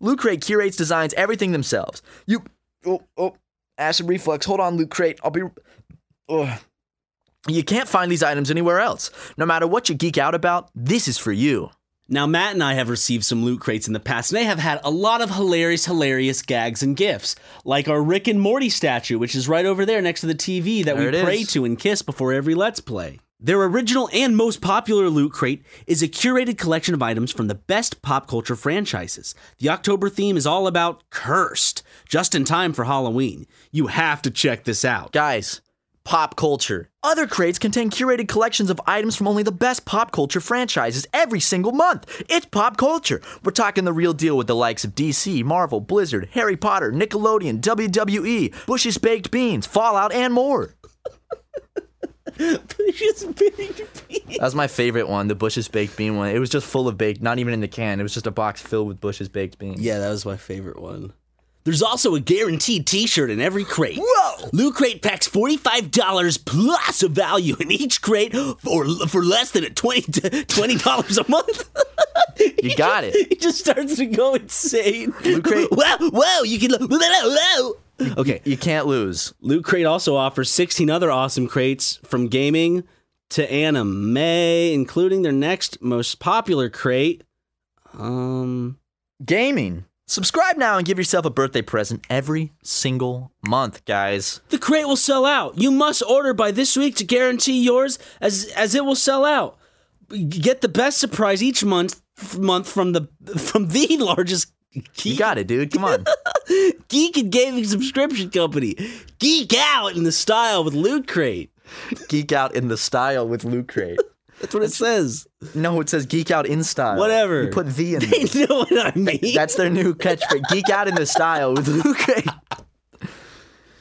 Loot Crate curates, designs everything themselves. You, oh, oh, acid reflux. Hold on, Loot Crate. I'll be. Ugh. You can't find these items anywhere else. No matter what you geek out about, this is for you.
Now, Matt and I have received some loot crates in the past, and they have had a lot of hilarious, hilarious gags and gifts, like our Rick and Morty statue, which is right over there next to the TV that
There it
we pray
is.
to and kiss before every Let's Play. Their original and most popular loot crate is a curated collection of items from the best pop culture franchises. The October theme is all about cursed, just in time for Halloween. You have to check this out.
Guys, pop culture. Other crates contain curated collections of items from only the best pop culture franchises every single month. It's pop culture. We're talking the real deal with the likes of DC, Marvel, Blizzard, Harry Potter, Nickelodeon, WWE, Bush's Baked Beans, Fallout, and more. That was my favorite one, the Bush's Baked Bean one. It was just full of baked, not even in the can. It was just a box filled with Bush's Baked Beans.
Yeah, that was my favorite one. There's also a guaranteed T-shirt in every crate. Whoa! Loot Crate packs forty-five dollars plus a value in each crate for for less than a twenty *laughs* dollars a month.
You got
*laughs*
it.
he just starts to go insane.
Loot Crate-
*laughs* Wow! Wow! You can. lo- lo- lo- lo. Okay.
You can't lose.
Loot Crate also offers 16 other awesome crates from gaming to anime, including their next most popular crate. Um,
Gaming. Subscribe now and give yourself a birthday present every single month, guys.
The crate will sell out. You must order by this week to guarantee yours, as as it will sell out. Get the best surprise each month f- month from the from the *laughs* largest
You
geek,
got it, dude. Come *laughs* on.
geek and gaming subscription company. Geek out in the style with Loot Crate.
Geek out in the style with Loot Crate.
That's what it says.
No, it says geek out in style.
Whatever.
You put the in *laughs* there.
*laughs* They know what I mean.
That's their new catchphrase. Geek out in the style with Luke.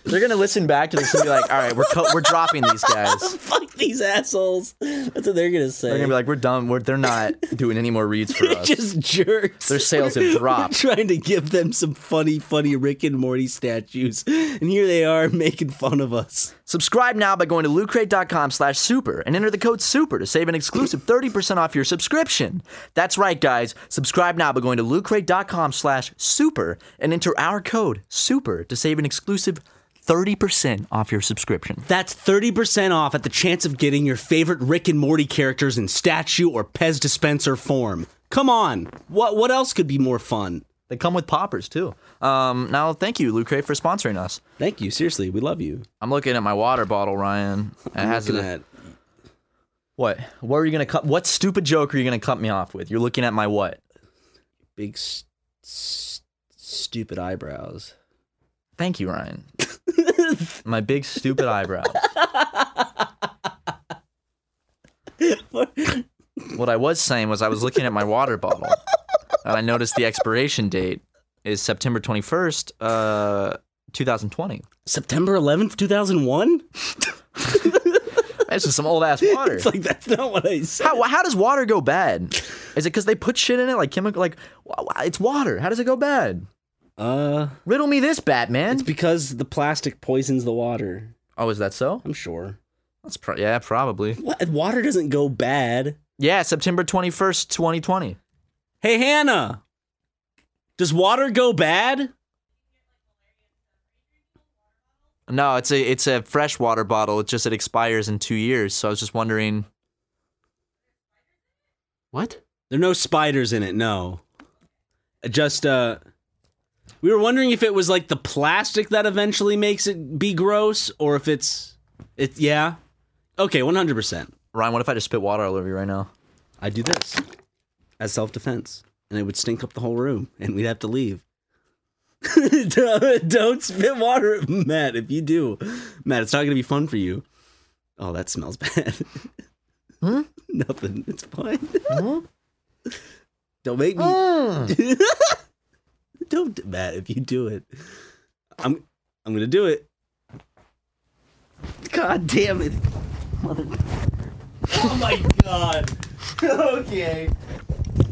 They're gonna listen back to this and be like, "All right, we're co- we're dropping these guys."
*laughs* fuck these assholes. That's what they're gonna say.
They're gonna be like, "We're done. We're, they're not doing any more reads *laughs* for us."
*laughs* just jerks. *laughs*
Their *laughs* sales have
We're
dropped.
trying to give them some funny, funny Rick and Morty statues, and here they are making fun of us.
Subscribe now by going to lootcrate.com slash super and enter the code super to save an exclusive 30% off your subscription. That's right, guys. Subscribe now by going to lootcrate.com slash super and enter our code super to save an exclusive 30% off your subscription.
That's thirty percent off at the chance of getting your favorite Rick and Morty characters in statue or Pez dispenser form. Come on, what what else could be more fun?
They come with poppers, too. Um, now, thank you, Loot Crate, for sponsoring us.
Thank you, seriously, we love you.
I'm looking at my water bottle, Ryan. It
I'm
has
looking
a-
at
What? What are you going to cut? What stupid joke are you going to cut me off with? You're looking at my what?
big, st- st- stupid eyebrows.
Thank you, Ryan.
*laughs*
my big, stupid eyebrows. What I was saying was I was looking at my water bottle and I noticed the expiration date is September 21st, uh, 2020.
September 11th, *laughs* 2001?
That's just some old ass water.
It's like, that's not what I said.
How, how does water go bad? Is it because they put shit in it like chemical? Like, wh- wh- it's water. How does it go bad?
Uh,
Riddle me this, Batman.
it's because the plastic poisons the water.
oh, is that so?
I'm sure.
That's pro- yeah, probably.
What? Water doesn't go bad.
Yeah, September 21st, 2020.
Hey, Hannah. Does water go bad?
No, it's a it's a fresh water bottle. It's just it expires in two years. So I was just wondering. What?
There are no spiders in it, no. Uh, Just, uh, we were wondering if it was like the plastic that eventually makes it be gross or if it's, it, yeah. Okay, 100%.
Ryan, what if I just spit water all over you right now?
I do this as self defense, and it would stink up the whole room, and we'd have to leave. *laughs* don't, don't spit water, at Matt. If you do, Matt, it's not going to be fun for you. Oh, that smells *laughs* bad. Nothing. It's fine. *laughs* don't make me.
Uh. Hmm.
don't, Matt. If you do it, I'm. I'm going to do it. God damn it! Oh my god. *laughs* okay.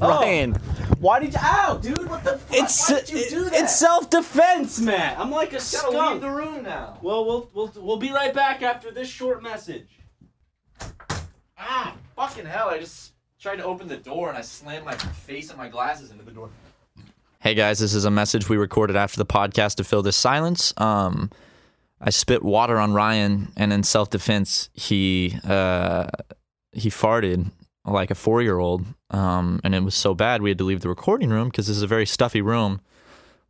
Oh, Ryan,
Why did you? Ow, dude! What the? Fuck? It's, Why did you do that? It's self-defense, Matt. I'm like a skunk.
room now.
Well, we'll we'll we'll be right back after this short message.
Ah, fucking hell! I just tried to open the door and I slammed my face and my glasses into the door. Hey guys, this is a message we recorded after the podcast to fill this silence. Um, I spit water on Ryan, and in self defense, he uh, he farted like a four year old, um, and it was so bad we had to leave the recording room because this is a very stuffy room,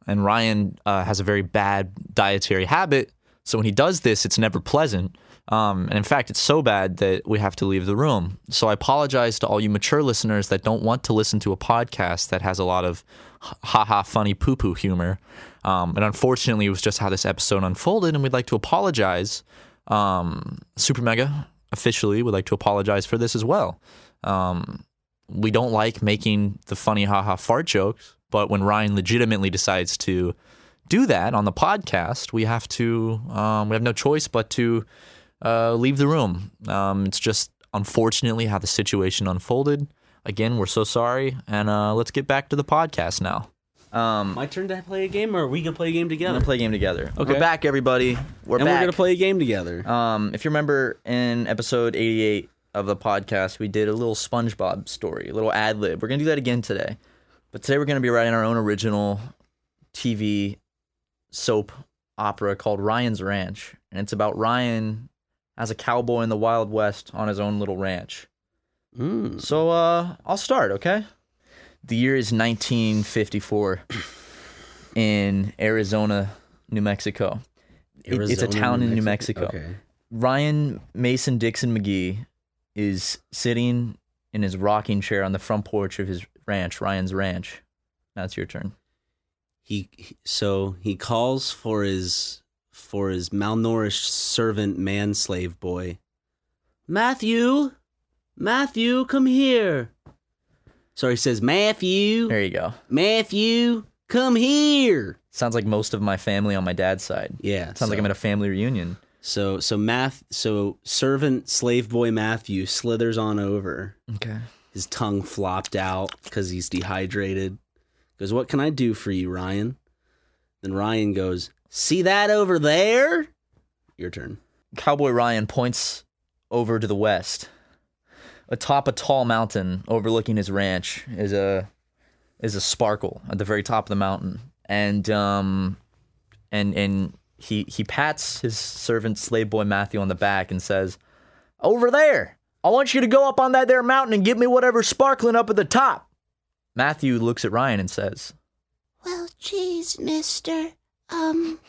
and Ryan uh, has a very bad dietary habit. So when he does this, it's never pleasant. Um, and in fact, it's so bad that we have to leave the room. So I apologize to all you mature listeners that don't want to listen to a podcast that has a lot of ha- haha funny poo poo humor. Um, and unfortunately, it was just how this episode unfolded. And we'd like to apologize. Um, Super Mega officially would like to apologize for this as well. Um, we don't like making the funny haha fart jokes, but when Ryan legitimately decides to do that on the podcast, we have to um, we have no choice but to uh, leave the room. Um, it's just unfortunately how the situation unfolded. Again, we're so sorry, and uh, let's get back to the podcast now. Um,
My turn to play a game, or are we gonna play a game
we're
together?
gonna play a game together.
Okay.
We're back, everybody. We're
and
back.
we're gonna play a game together.
Um, if you remember in episode 88 of the podcast, we did a little SpongeBob story, a little ad lib. We're going to do that again today. But today we're going to be writing our own original TV soap opera called Ryan's Ranch. And it's about Ryan as a cowboy in the Wild West on his own little ranch.
Mm.
So uh, I'll start, okay? The year is 1954 in Arizona, New Mexico. It- it's a
Arizona,
town in New Mexico.
Okay.
Ryan Mason Dixon McGee is sitting in his rocking chair on the front porch of his ranch, Ryan's Ranch. Now it's your turn.
He he- so he calls for his for his malnourished servant man slave boy. Matthew, Matthew, come here. Sorry, it says Matthew,
There you go.
Matthew, come here.
Sounds like most of my family on my dad's side.
Yeah,
Sounds like I'm at a family reunion.
So so math so servant slave boy Matthew slithers on over.
Okay.
His tongue flopped out because he's dehydrated. Goes, what can I do for you, Ryan? Then Ryan goes, see that over there? Your turn.
Cowboy Ryan points over to the west. Atop a tall mountain overlooking his ranch is a is a sparkle at the very top of the mountain. And um and and he he pats his servant slave boy Matthew on the back and says, "Over there. I want you to go up on that there mountain and get me whatever's sparkling up at the top." Matthew looks at Ryan and says,
Well, geez, mister. Um,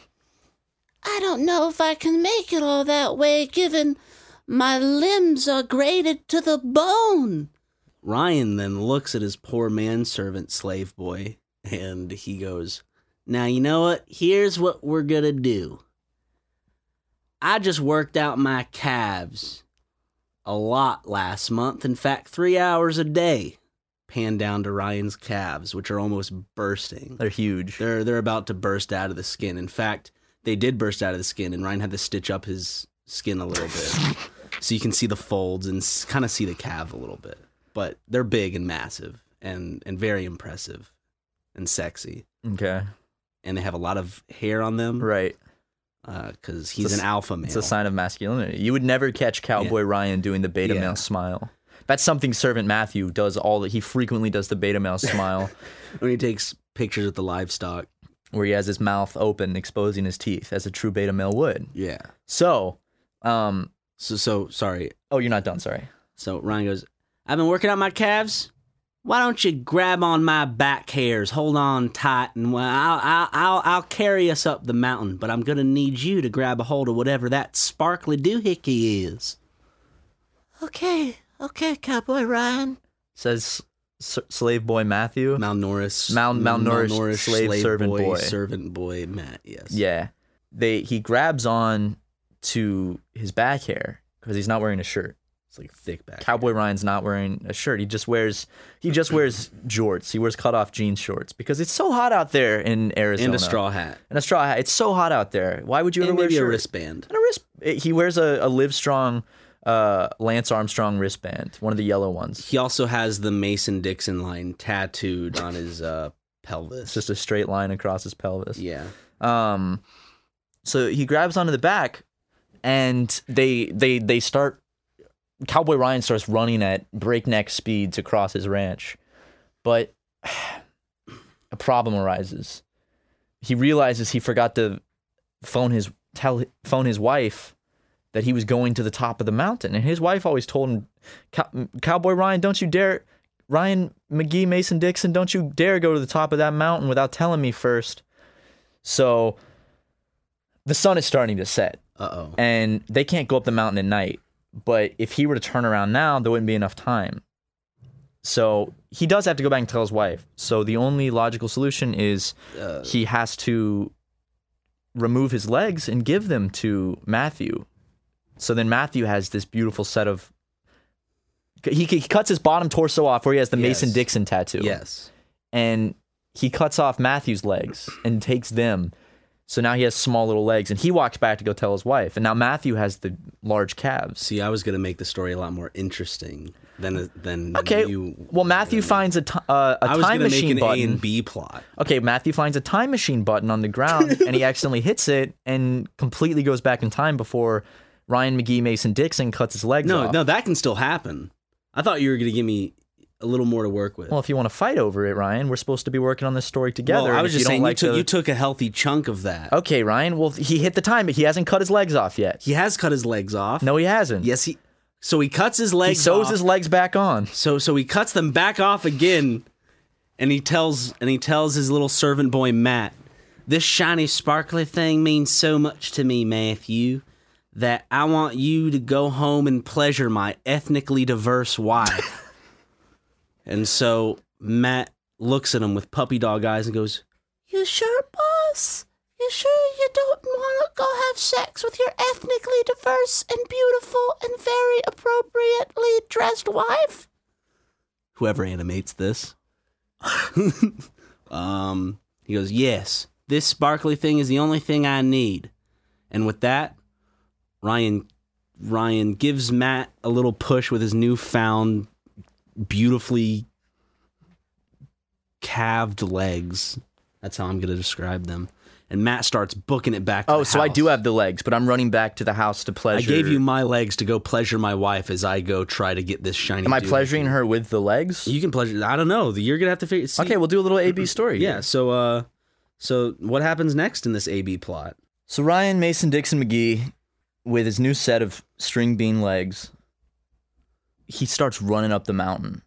I don't know if I can make it all that way, given my limbs are grated to the bone.
Ryan then looks at his poor manservant slave boy and he goes, Now, you know what? Here's what we're going to do. I just worked out my calves a lot last month. In fact, three hours a day. Pan down to Ryan's calves, which are almost bursting.
"They're huge."
They're they're about to burst out of the skin. In fact, they did burst out of the skin, and Ryan had to stitch up his skin a little bit, so you can see the folds and kind of see the calf a little bit. But they're big and massive, and and very impressive, and sexy,
Okay.
and they have a lot of hair on them,
Right.
Because he's
It's a
an alpha male.
It's a sign of masculinity. You would never catch Cowboy Ryan doing the beta
Yeah.
male smile. That's something Servant Matthew does all that. He frequently does the beta
*laughs*
male smile
when he takes pictures of the livestock.
where he has his mouth open, exposing his teeth as a true beta male would.
Yeah.
So, um,
So so sorry.
oh, you're not done. Sorry.
So Ryan goes, I've been working out my calves. Why don't you grab on my back hairs? Hold on tight, and well, I'll, I'll, I'll, I'll carry us up the mountain. But I'm gonna need you to grab a hold of whatever that sparkly doohickey is.
Okay, okay, Cowboy Ryan.
Says S- Slave Boy Matthew.
Malnourished,
Mal- malnourished slave servant boy.
servant boy Matt. Yes.
Yeah. They he grabs on to his back hair because he's not wearing a shirt.
It's like thick back.
Cowboy Ryan's not wearing a shirt. He just wears he just wears jorts. He wears cutoff jean shorts because it's so hot out there in Arizona.
and a straw hat.
And a straw hat. It's so hot out there. Why would you ever
And
wear
maybe a
shirt?
wristband.
And a wrist. it- He wears a, a Live Strong, uh, Lance Armstrong wristband, one of the yellow ones.
He also has the Mason Dixon line tattooed on his uh, pelvis.
It's just a straight line across his pelvis.
yeah.
Um, so he grabs onto the back, and they they they start. Cowboy Ryan starts running at breakneck speeds across his ranch, but *sighs* a problem arises. He realizes he forgot to phone his tell phone his wife that he was going to the top of the mountain, and his wife always told him, "Cow- "Cowboy Ryan, don't you dare." Ryan McGee Mason Dixon, don't you dare go to the top of that mountain without telling me first. So the sun is starting to set
Uh oh.
and they can't go up the mountain at night. But if he were to turn around now, there wouldn't be enough time. So he does have to go back and tell his wife. So the only logical solution is
Uh.
he has to remove his legs and give them to Matthew. So then Matthew has this beautiful set of. He, he cuts his bottom torso off where he has the
Yes.
Mason Dixon tattoo
Yes.
and he cuts off Matthew's legs and takes them. So now he has small little legs, and he walks back to go tell his wife. And now Matthew has the large calves.
See, I was gonna make the story a lot more interesting than than
Okay,
You,
well Matthew finds a ti- uh, a
I was
time
gonna
machine
make an
button.
A and B plot.
Okay, Matthew finds a time machine button on the
*laughs*
ground, and he accidentally hits it and completely goes back in time before Ryan McGee Mason Dixon cuts his legs
No,
off.
no, that can still happen. I thought you were gonna give me a little more to work with.
Well, if you want to fight over it, Ryan, we're supposed to be working on this story
Well,
together.
I
and
was
if
just
you
saying
don't
you,
like
took,
the- Oh.
you took a healthy chunk of that.
Okay, Ryan. Well, he hit the time, but he hasn't cut his legs off yet.
He has cut his legs off.
No, he hasn't.
Yes, he. So he cuts his legs.
he sews
off.
his legs back on.
So so he cuts them back off again, and he tells and he tells his little servant boy Matt, "This shiny sparkly thing means so much to me, Matthew, that I want you to go home and pleasure my ethnically
*laughs*
diverse wife." and so Matt looks at him with puppy dog eyes and goes,
You sure, boss? You You sure you don't want to go have sex with your ethnically diverse and beautiful and very appropriately dressed wife?
whoever animates this. *laughs* um, he goes, Yes, this sparkly thing is the only thing I need. And with that, Ryan Ryan gives Matt a little push with his newfound, beautifully calved legs. That's how I'm gonna describe them. And Matt starts booking it back. To
Oh,
the
so I do
house.
have the legs, but I'm running back to the house to
I
pleasure.
gave you my legs to go pleasure my wife as I go try to get this shiny.
Am I
dude.
pleasuring her with the legs?
You can pleasure. I don't know. You're gonna have to figure. see-
okay, we'll do a little
*clears throat*
AB story.
yeah so uh so what happens next in this ab plot
So Ryan Mason Dixon McGee, with his new set of string bean legs, he starts running up the mountain.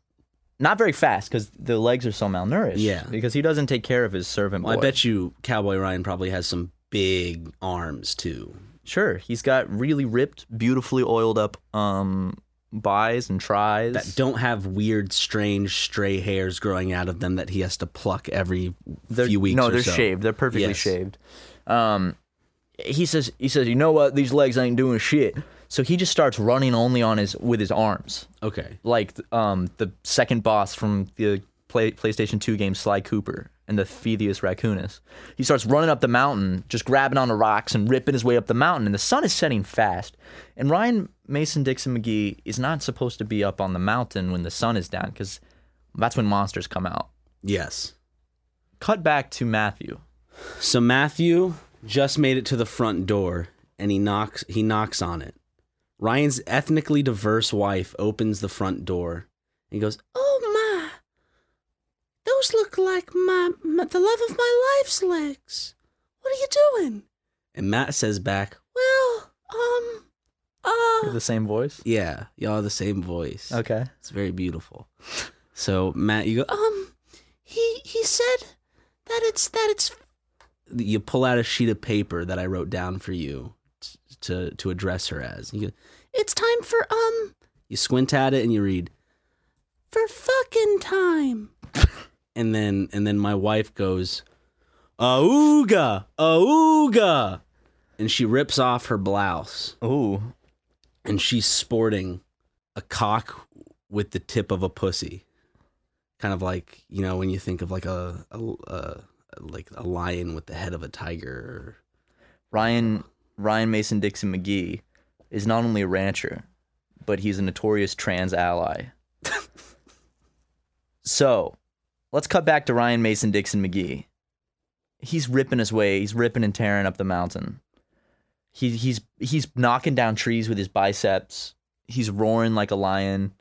Not very fast because the legs are so malnourished.
Yeah.
Because he doesn't take care of his servant
well, i
boy.
bet you cowboy ryan probably has some big arms too
Sure, he's got really ripped, beautifully oiled up um buys and tries.
that don't have weird strange stray hairs growing out of them that he has to pluck every
they're,
few weeks
No,
or
they're
so.
shaved. They're perfectly
Yes.
shaved. Um, he says, he says, you know what? These legs ain't doing shit. So he just starts running only on his with his arms,
okay
like um the second boss from the play, PlayStation Two game Sly Cooper and the Phetheus Raccoonus. He starts running up the mountain, just grabbing onto rocks and ripping his way up the mountain. And the sun is setting fast. And Ryan Mason Dixon McGee is not supposed to be up on the mountain when the sun is down because that's when monsters come out.
yes
Cut back to Matthew.
so matthew just made it to the front door and he knocks he knocks on it ryan's ethnically diverse wife opens the front door and goes
Oh my! Those look like my, my the love of my life's legs. What are you doing?
and matt says back
Well, um,
They have
uh,
the same voice.
yeah y'all have the same voice
Okay.
It's very beautiful. So Matt, you go.
um, he he said that it's that it's
You pull out a sheet of paper that I wrote down for you t- to to address her as. You, go,
it's time for um
you squint at it and you read,
for fucking time.
*laughs* and then and then my wife goes, "Auga, auga," and she rips off her blouse
Ooh.
and she's sporting a cock with the tip of a pussy, kind of like you know when you think of like a, a, a like a lion with the head of a tiger.
Ryan Ryan Mason Dixon McGee is not only a rancher, but he's a notorious trans ally. *laughs* so, let's cut back to Ryan Mason Dixon McGee. He's ripping his way, he's ripping and tearing up the mountain. He, he's he's knocking down trees with his biceps. He's roaring like a lion.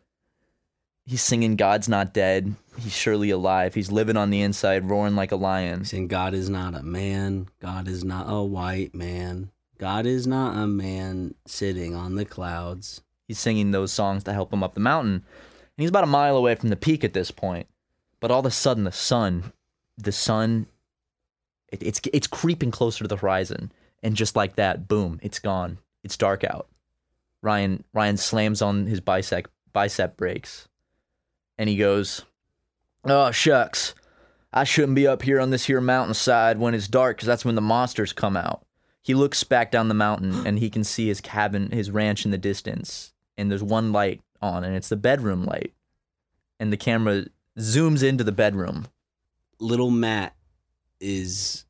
He's singing God's not dead. He's surely alive. He's living on the inside, roaring like a lion.
saying God is not a man, God is not a white man, God is not a man sitting on the clouds.
he's singing those songs to help him up the mountain. And he's about a mile away from the peak at this point. But all of a sudden, the sun, the sun, it, it's it's creeping closer to the horizon, and just like that, boom, it's gone. It's dark out. Ryan Ryan slams on his bicep bicep brakes, and he goes, "Oh shucks, I shouldn't be up here on this here mountainside when it's dark, because that's when the monsters come out." He looks back down the mountain, and he can see his cabin, his ranch in the distance, and there's one light on, and it's the bedroom light, and the camera zooms into the bedroom.
Little Matt is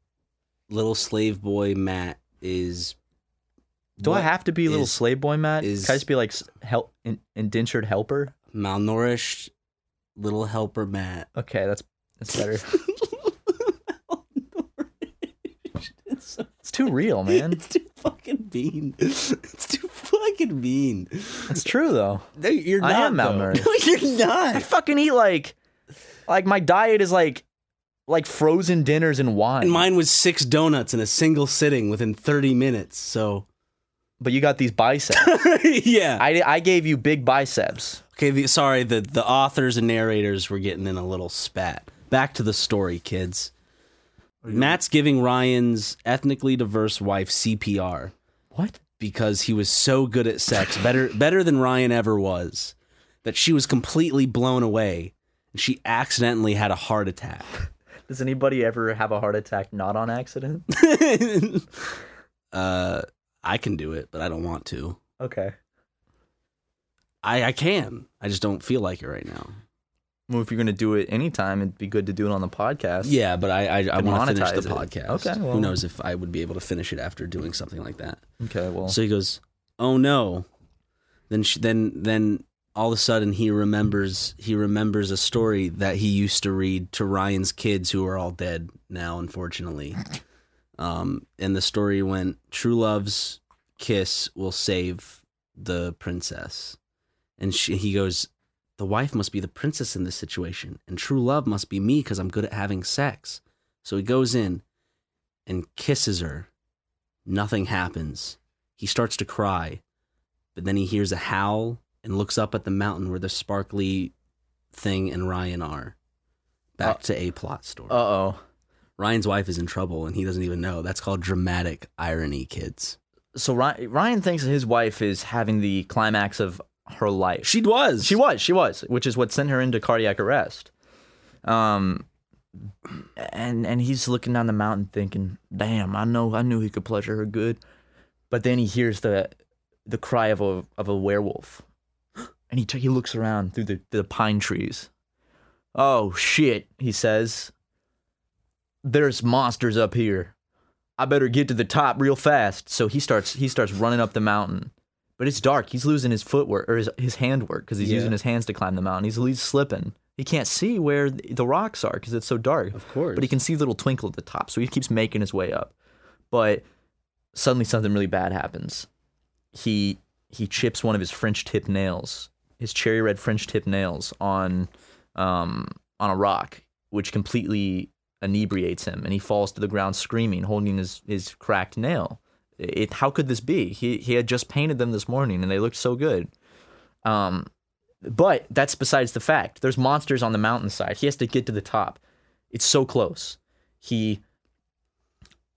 little slave boy Matt is
Do I
what
have to be little
is
slave boy, Matt?
is-
Can I just be like s- help in, indentured helper?
malnourished little helper Matt.
Okay, that's that's better.
It's so-
It's too real,
*laughs*
man.
It's too fucking mean. It's too fucking mean.
It's true though.
No, you're
I
not.
am
though.
malnourished.
No, you're
I
not.
fucking eat like, like my diet is like, like frozen dinners and wine.
And mine was six donuts in a single sitting within 30 minutes. So, *laughs*
but you got these biceps.
yeah.
I I gave you big biceps.
Okay, the, sorry, the, the authors and narrators were getting in a little spat. Back to the story, kids. Matt's giving Ryan's ethnically diverse wife CPR
What?
because he was so good at sex, better better than Ryan ever was, that she was completely blown away and she accidentally had a heart attack. *laughs*
Does anybody ever have a heart attack not on accident?
uh, I can do it, but I don't want to.
Okay.
I, I can. I just don't feel like it right now.
Well, if you're gonna do it anytime, it'd be good to do it on the podcast.
Yeah, but I I, I
And
want to finish the
monetize it.
podcast.
Okay, well.
Who knows if I would be able to finish it after doing something like that?
Okay. Well.
So he goes, "Oh no!" Then she, then then all of a sudden he remembers he remembers a story that he used to read to Ryan's kids who are all dead now, unfortunately. Um, and the story went: True love's kiss will save the princess, and she, he goes. The wife must be the princess in this situation, and true love must be me because I'm good at having sex. So he goes in and kisses her. Nothing happens. He starts to cry, but then he hears a howl and looks up at the mountain where the sparkly thing and Ryan are. Back
Uh,
to a plot story.
uh oh.
Ryan's wife is in trouble and he doesn't even know. That's called dramatic irony, kids.
So Ryan, Ryan thinks that his wife is having the climax of her life.
She was.
She was, she was, which is what sent her into cardiac arrest. Um, and and he's looking down the mountain, thinking, "Damn, I know, I knew he could pleasure her good." But then he hears the the cry of a of a werewolf, and he t- he looks around through the the pine trees. Oh shit, he says. There's monsters up here. I better get to the top real fast. So he starts he starts running up the mountain. But it's dark. He's losing his footwork or his, his handwork because he's
Yeah.
using his hands to climb the mountain. He's, he's slipping. He can't see where th- the rocks are because it's so dark.
Of course.
But he can see the little twinkle at the top. So he keeps making his way up. But suddenly something really bad happens. He he chips one of his French tip nails, his cherry red French tip nails on um on a rock, which completely inebriates him and he falls to the ground screaming, holding his, his cracked nail. It, how could this be? He he had just painted them this morning and they looked so good. Um but that's besides the fact. There's monsters on the mountainside. He has to get to the top. It's so close. He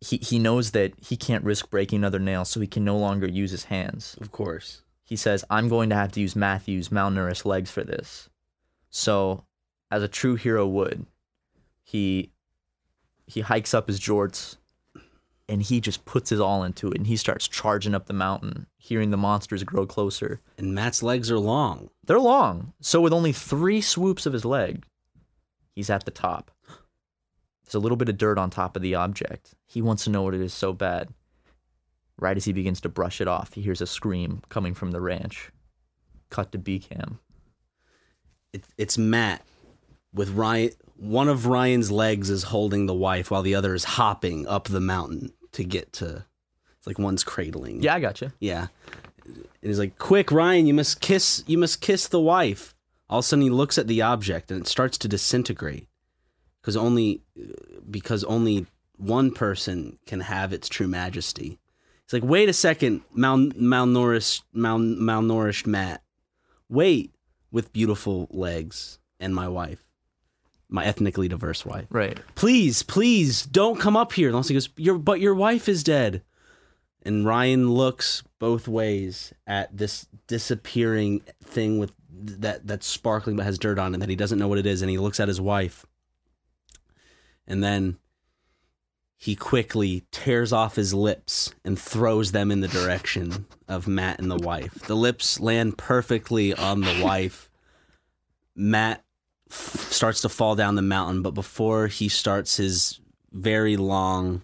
he he knows that he can't risk breaking another nail, so he can no longer use his hands.
Of course.
He says, "I'm going to have to use Matthew's malnourished legs for this." So, as a true hero would, he he hikes up his jorts and he just puts his all into it and he starts charging up the mountain, hearing the monsters grow closer.
And Matt's legs are long.
They're long, so with only three swoops of his leg, he's at the top. There's a little bit of dirt on top of the object. He wants to know what it is so bad. Right as he begins to brush it off, he hears a scream coming from the ranch. Cut to B cam.
It, it's Matt with Ryan. One of Ryan's legs is holding the wife while the other is hopping up the mountain to get to. It's like one's cradling.
Yeah, I gotcha.
Yeah. And he's like, "Quick, Ryan, you must kiss you must kiss the wife." All of a sudden he looks at the object and it starts to disintegrate. Cuz only because only one person can have its true majesty. He's like, "Wait a second, mal- malnourished mal- malnourished Matt. Wait, with beautiful legs and my wife. My ethnically diverse wife."
Right.
please, please don't come up here. And Leslie goes, your, but your wife is dead. And Ryan looks both ways at this disappearing thing with that that's sparkling but has dirt on it that he doesn't know what it is. And he looks at his wife. And then he quickly tears off his lips and throws them in the direction of Matt and the wife. The lips land perfectly on the wife. Matt f- starts to fall down the mountain, but before he starts his very long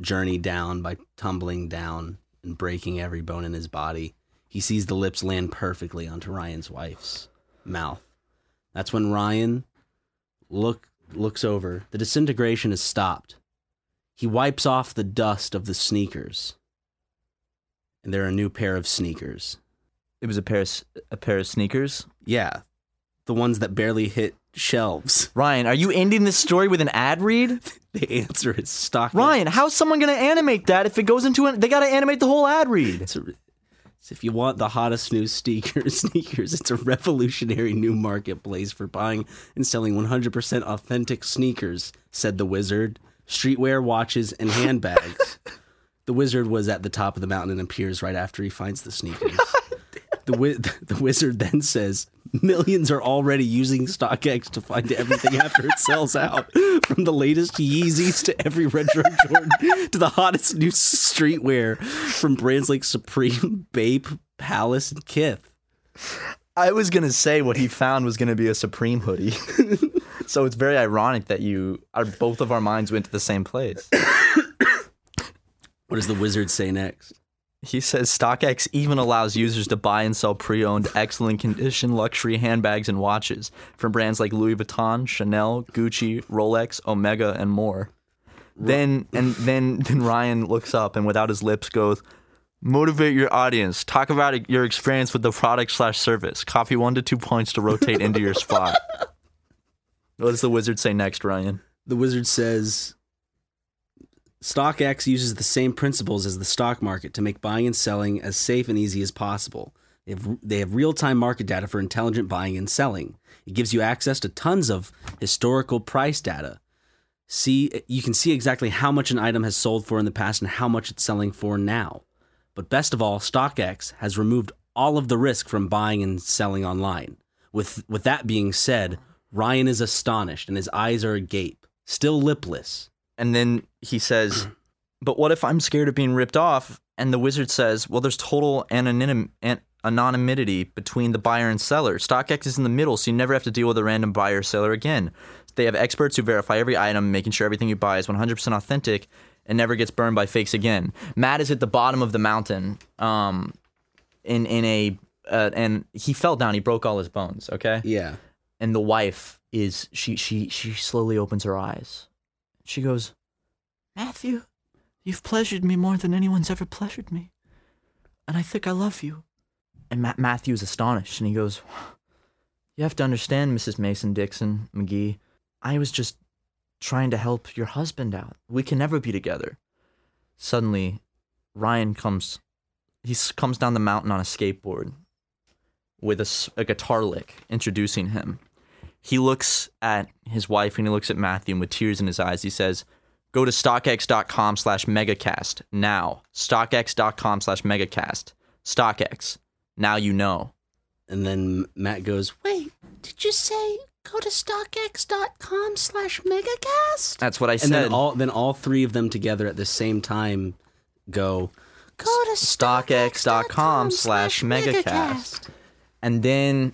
journey down by tumbling down and breaking every bone in his body, he sees the lips land perfectly onto Ryan's wife's mouth. That's when Ryan look looks over. The disintegration is stopped. He wipes off the dust of the sneakers. And they're a new pair of sneakers.
It was a pair of, s- a pair of sneakers.
Yeah. The ones that barely hit shelves.
Ryan, are you ending this story with an ad *laughs* read?
*laughs* The answer is stock.
Ryan, how's someone going to animate that if it goes into an. They got to animate the whole ad read.
It's a, it's if you want the hottest new sneakers, *laughs* sneakers, it's a revolutionary new marketplace for buying and selling 100% authentic sneakers, said the wizard. Streetwear, watches, and handbags. the wizard was at the top of *laughs* the mountain and appears right after he finds the sneakers. the, wi- the wizard then says, Millions are already using StockX to find everything after it sells out, from the latest Yeezys to every retro Jordan to the hottest new streetwear from brands like Supreme, Bape, Palace, and Kith.
I was gonna say what he found was gonna be a Supreme hoodie. *laughs* so it's very ironic that you our both of our minds went to the same place.
What does the wizard say next?
He says StockX even allows users to buy and sell pre-owned, excellent condition luxury handbags and watches from brands like Louis Vuitton, Chanel, Gucci, Rolex, Omega, and more. Then and then *laughs* then Ryan looks up and without his lips goes, "Motivate your audience. Talk about it- your experience with the product slash service. Copy one to two points to rotate into your spot." What does the wizard say next, Ryan?
the wizard says StockX uses the same principles as the stock market to make buying and selling as safe and easy as possible. They have, they have real time market data for intelligent buying and selling. It gives you access to tons of historical price data. See, you can see exactly how much an item has sold for in the past and how much it's selling for now. But best of all, StockX has removed all of the risk from buying and selling online. With with that being said, Ryan is astonished and his eyes are agape, still lipless.
And then he says, But what if I'm scared of being ripped off? And the wizard says, Well, there's total anonym- an- anonymity between the buyer and seller. StockX is in the middle, so you never have to deal with a random buyer or seller again. They have experts who verify every item, making sure everything you buy is 100% authentic and never gets burned by fakes again. Matt is at the bottom of the mountain. Um, in in a uh, and he fell down. He broke all his bones. Okay
Yeah.
and the wife is she she she slowly opens her eyes. She goes, "Matthew, you've pleasured me more than anyone's ever pleasured me, and I think I love you." And Ma- Matthew is astonished, and he goes, "You have to understand, Mrs. Mason Dixon McGee. I was just trying to help your husband out. We can never be together." Suddenly, Ryan comes. He s- comes down the mountain on a skateboard with a, s- a guitar lick introducing him. He looks at his wife and he looks at Matthew and with tears in his eyes. He says, Go to stockx.com slash megacast now. Stockx.com slash megacast. Stockx. Now you know.
And then Matt goes,
Wait, did you say go to stockx.com slash megacast?
That's what I
and
said.
then all then all three of them together at the same time go,
Go to
StockX.com slash megacast. and then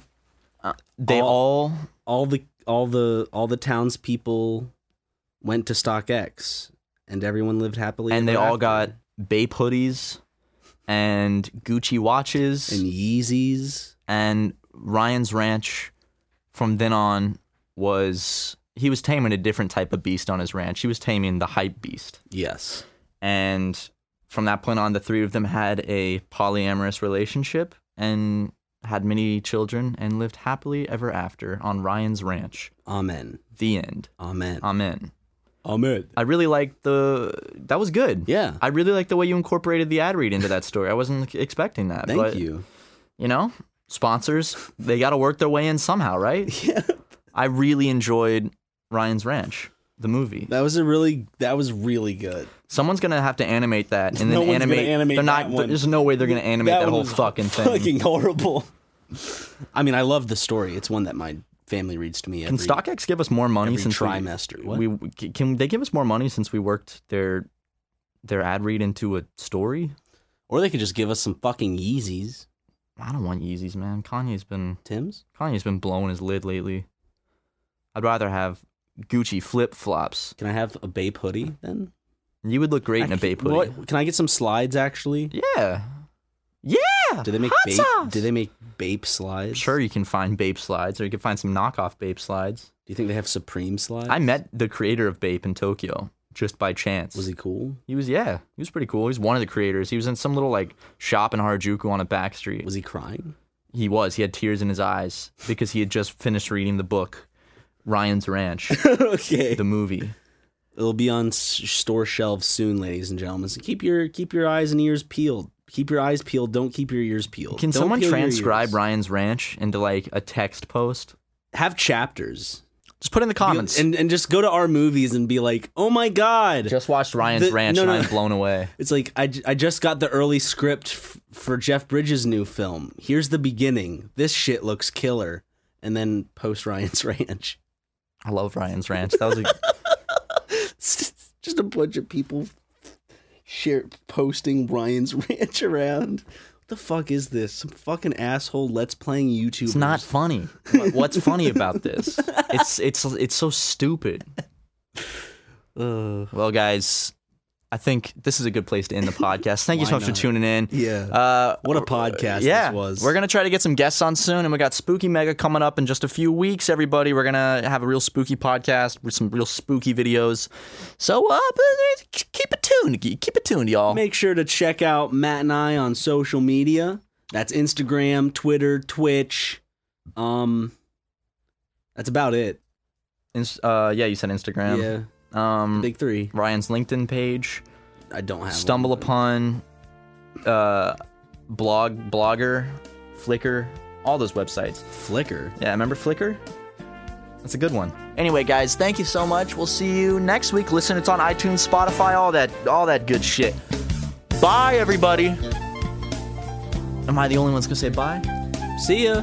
uh, they all,
all the all the all the townspeople went to StockX and everyone lived happily.
and they
ever
all
after.
got Bape hoodies and Gucci watches.
and Yeezys.
and Ryan's ranch from then on was he was taming a different type of beast on his ranch. He was taming the hype beast.
Yes.
And from that point on the three of them had a polyamorous relationship and had many children and lived happily ever after on Ryan's ranch.
Amen.
The end. Uh,
Amen.
Amen.
Ahmed.
I really liked the that was good.
Yeah.
I really liked the way you incorporated the ad read into that story. I wasn't expecting that.
Thank
but
you. *laughs*
you know, sponsors, they got to work their way in somehow,
*laughs*
right?
Yeah.
I really enjoyed Ryan's Ranch, the movie.
That was a really that was really good.
Someone's going to have to animate that and then
No one's gonna
animate,
animate
They're not
that one.
there's no way they're going to animate that,
one
whole
was
fucking thing.
Fucking horrible.
I mean, I love the story. It's one that my family reads to me
Can
every
StockX give us more money
every
since we-
trimester. What?
we, can they give us more money since we worked their their ad read into a story?
Or they could just give us some fucking Yeezys,
I don't want Yeezys, man. Kanye's been
Tim's.
Kanye's been blowing his lid lately. I'd rather have Gucci flip-flops.
Can I have a Bape hoodie then?
You would look great in
I
a
can-
Bape hoodie.
what- Can I get some slides actually?
Yeah. Yeah.
Do they make
Hot
Bape?
sauce.
Do they make Bape slides?
Sure, you can find Bape slides, or you can find some knockoff Bape slides.
Do you think they have Supreme slides?
I met the creator of Bape in Tokyo just by chance.
Was he cool?
He was yeah. He was pretty cool. He was one of the creators. He was in some little like shop in Harajuku on a back street.
Was
*laughs*
he crying?
He was. He had tears in his eyes because he had just finished reading the book, Ryan's Ranch,
okay.
the
*laughs*
movie.
It'll be on s- store shelves soon, ladies and gentlemen. So keep your keep your eyes and ears peeled. Keep your eyes peeled. Don't keep your ears peeled.
Can
Don't
someone
peel your
transcribe
ears.
Ryan's Ranch into like a text post?
Have chapters.
Just put in the
Be-
comments.
and and just go to our movies and be like, oh my god.
just watched Ryan's
The-
Ranch
no, no.
and I'm blown away.
It's like I, j- I just got the early script f- for Jeff Bridges' new film. Here's the beginning. This shit looks killer. and then post Ryan's *laughs* Ranch.
I love Ryan's Ranch. That was
*laughs*
a
Just a bunch of people share posting Ryan's *laughs* Ranch around. What the fuck is this? Some fucking asshole let's playing YouTube.
It's not funny. What- What's funny about this? It's it's it's so stupid. Well, guys, I think this is a good place to end
*laughs*
the podcast. Thank you so
Why
much
not?
for tuning in.
Yeah.
Uh,
what a podcast
yeah,
this was.
we're gonna try to get some guests on soon, and we got Spooky Mega coming up in just a few weeks. Everybody, we're gonna have a real spooky podcast with some real spooky videos. So uh, keep it tuned, keep it tuned, y'all.
Make sure to check out Matt and I on social media. That's Instagram, Twitter, Twitch. Um, that's about it.
Ins- uh, yeah, you said Instagram.
Yeah,
Um,
big three.
Ryan's LinkedIn page.
I don't have
stumble
one, but-
upon uh blog blogger flickr all those websites
Flickr.
yeah remember flickr that's a good one anyway guys thank you so much we'll see you next week listen it's on itunes spotify all that all that good shit bye everybody am i the only one that's gonna say bye
See ya.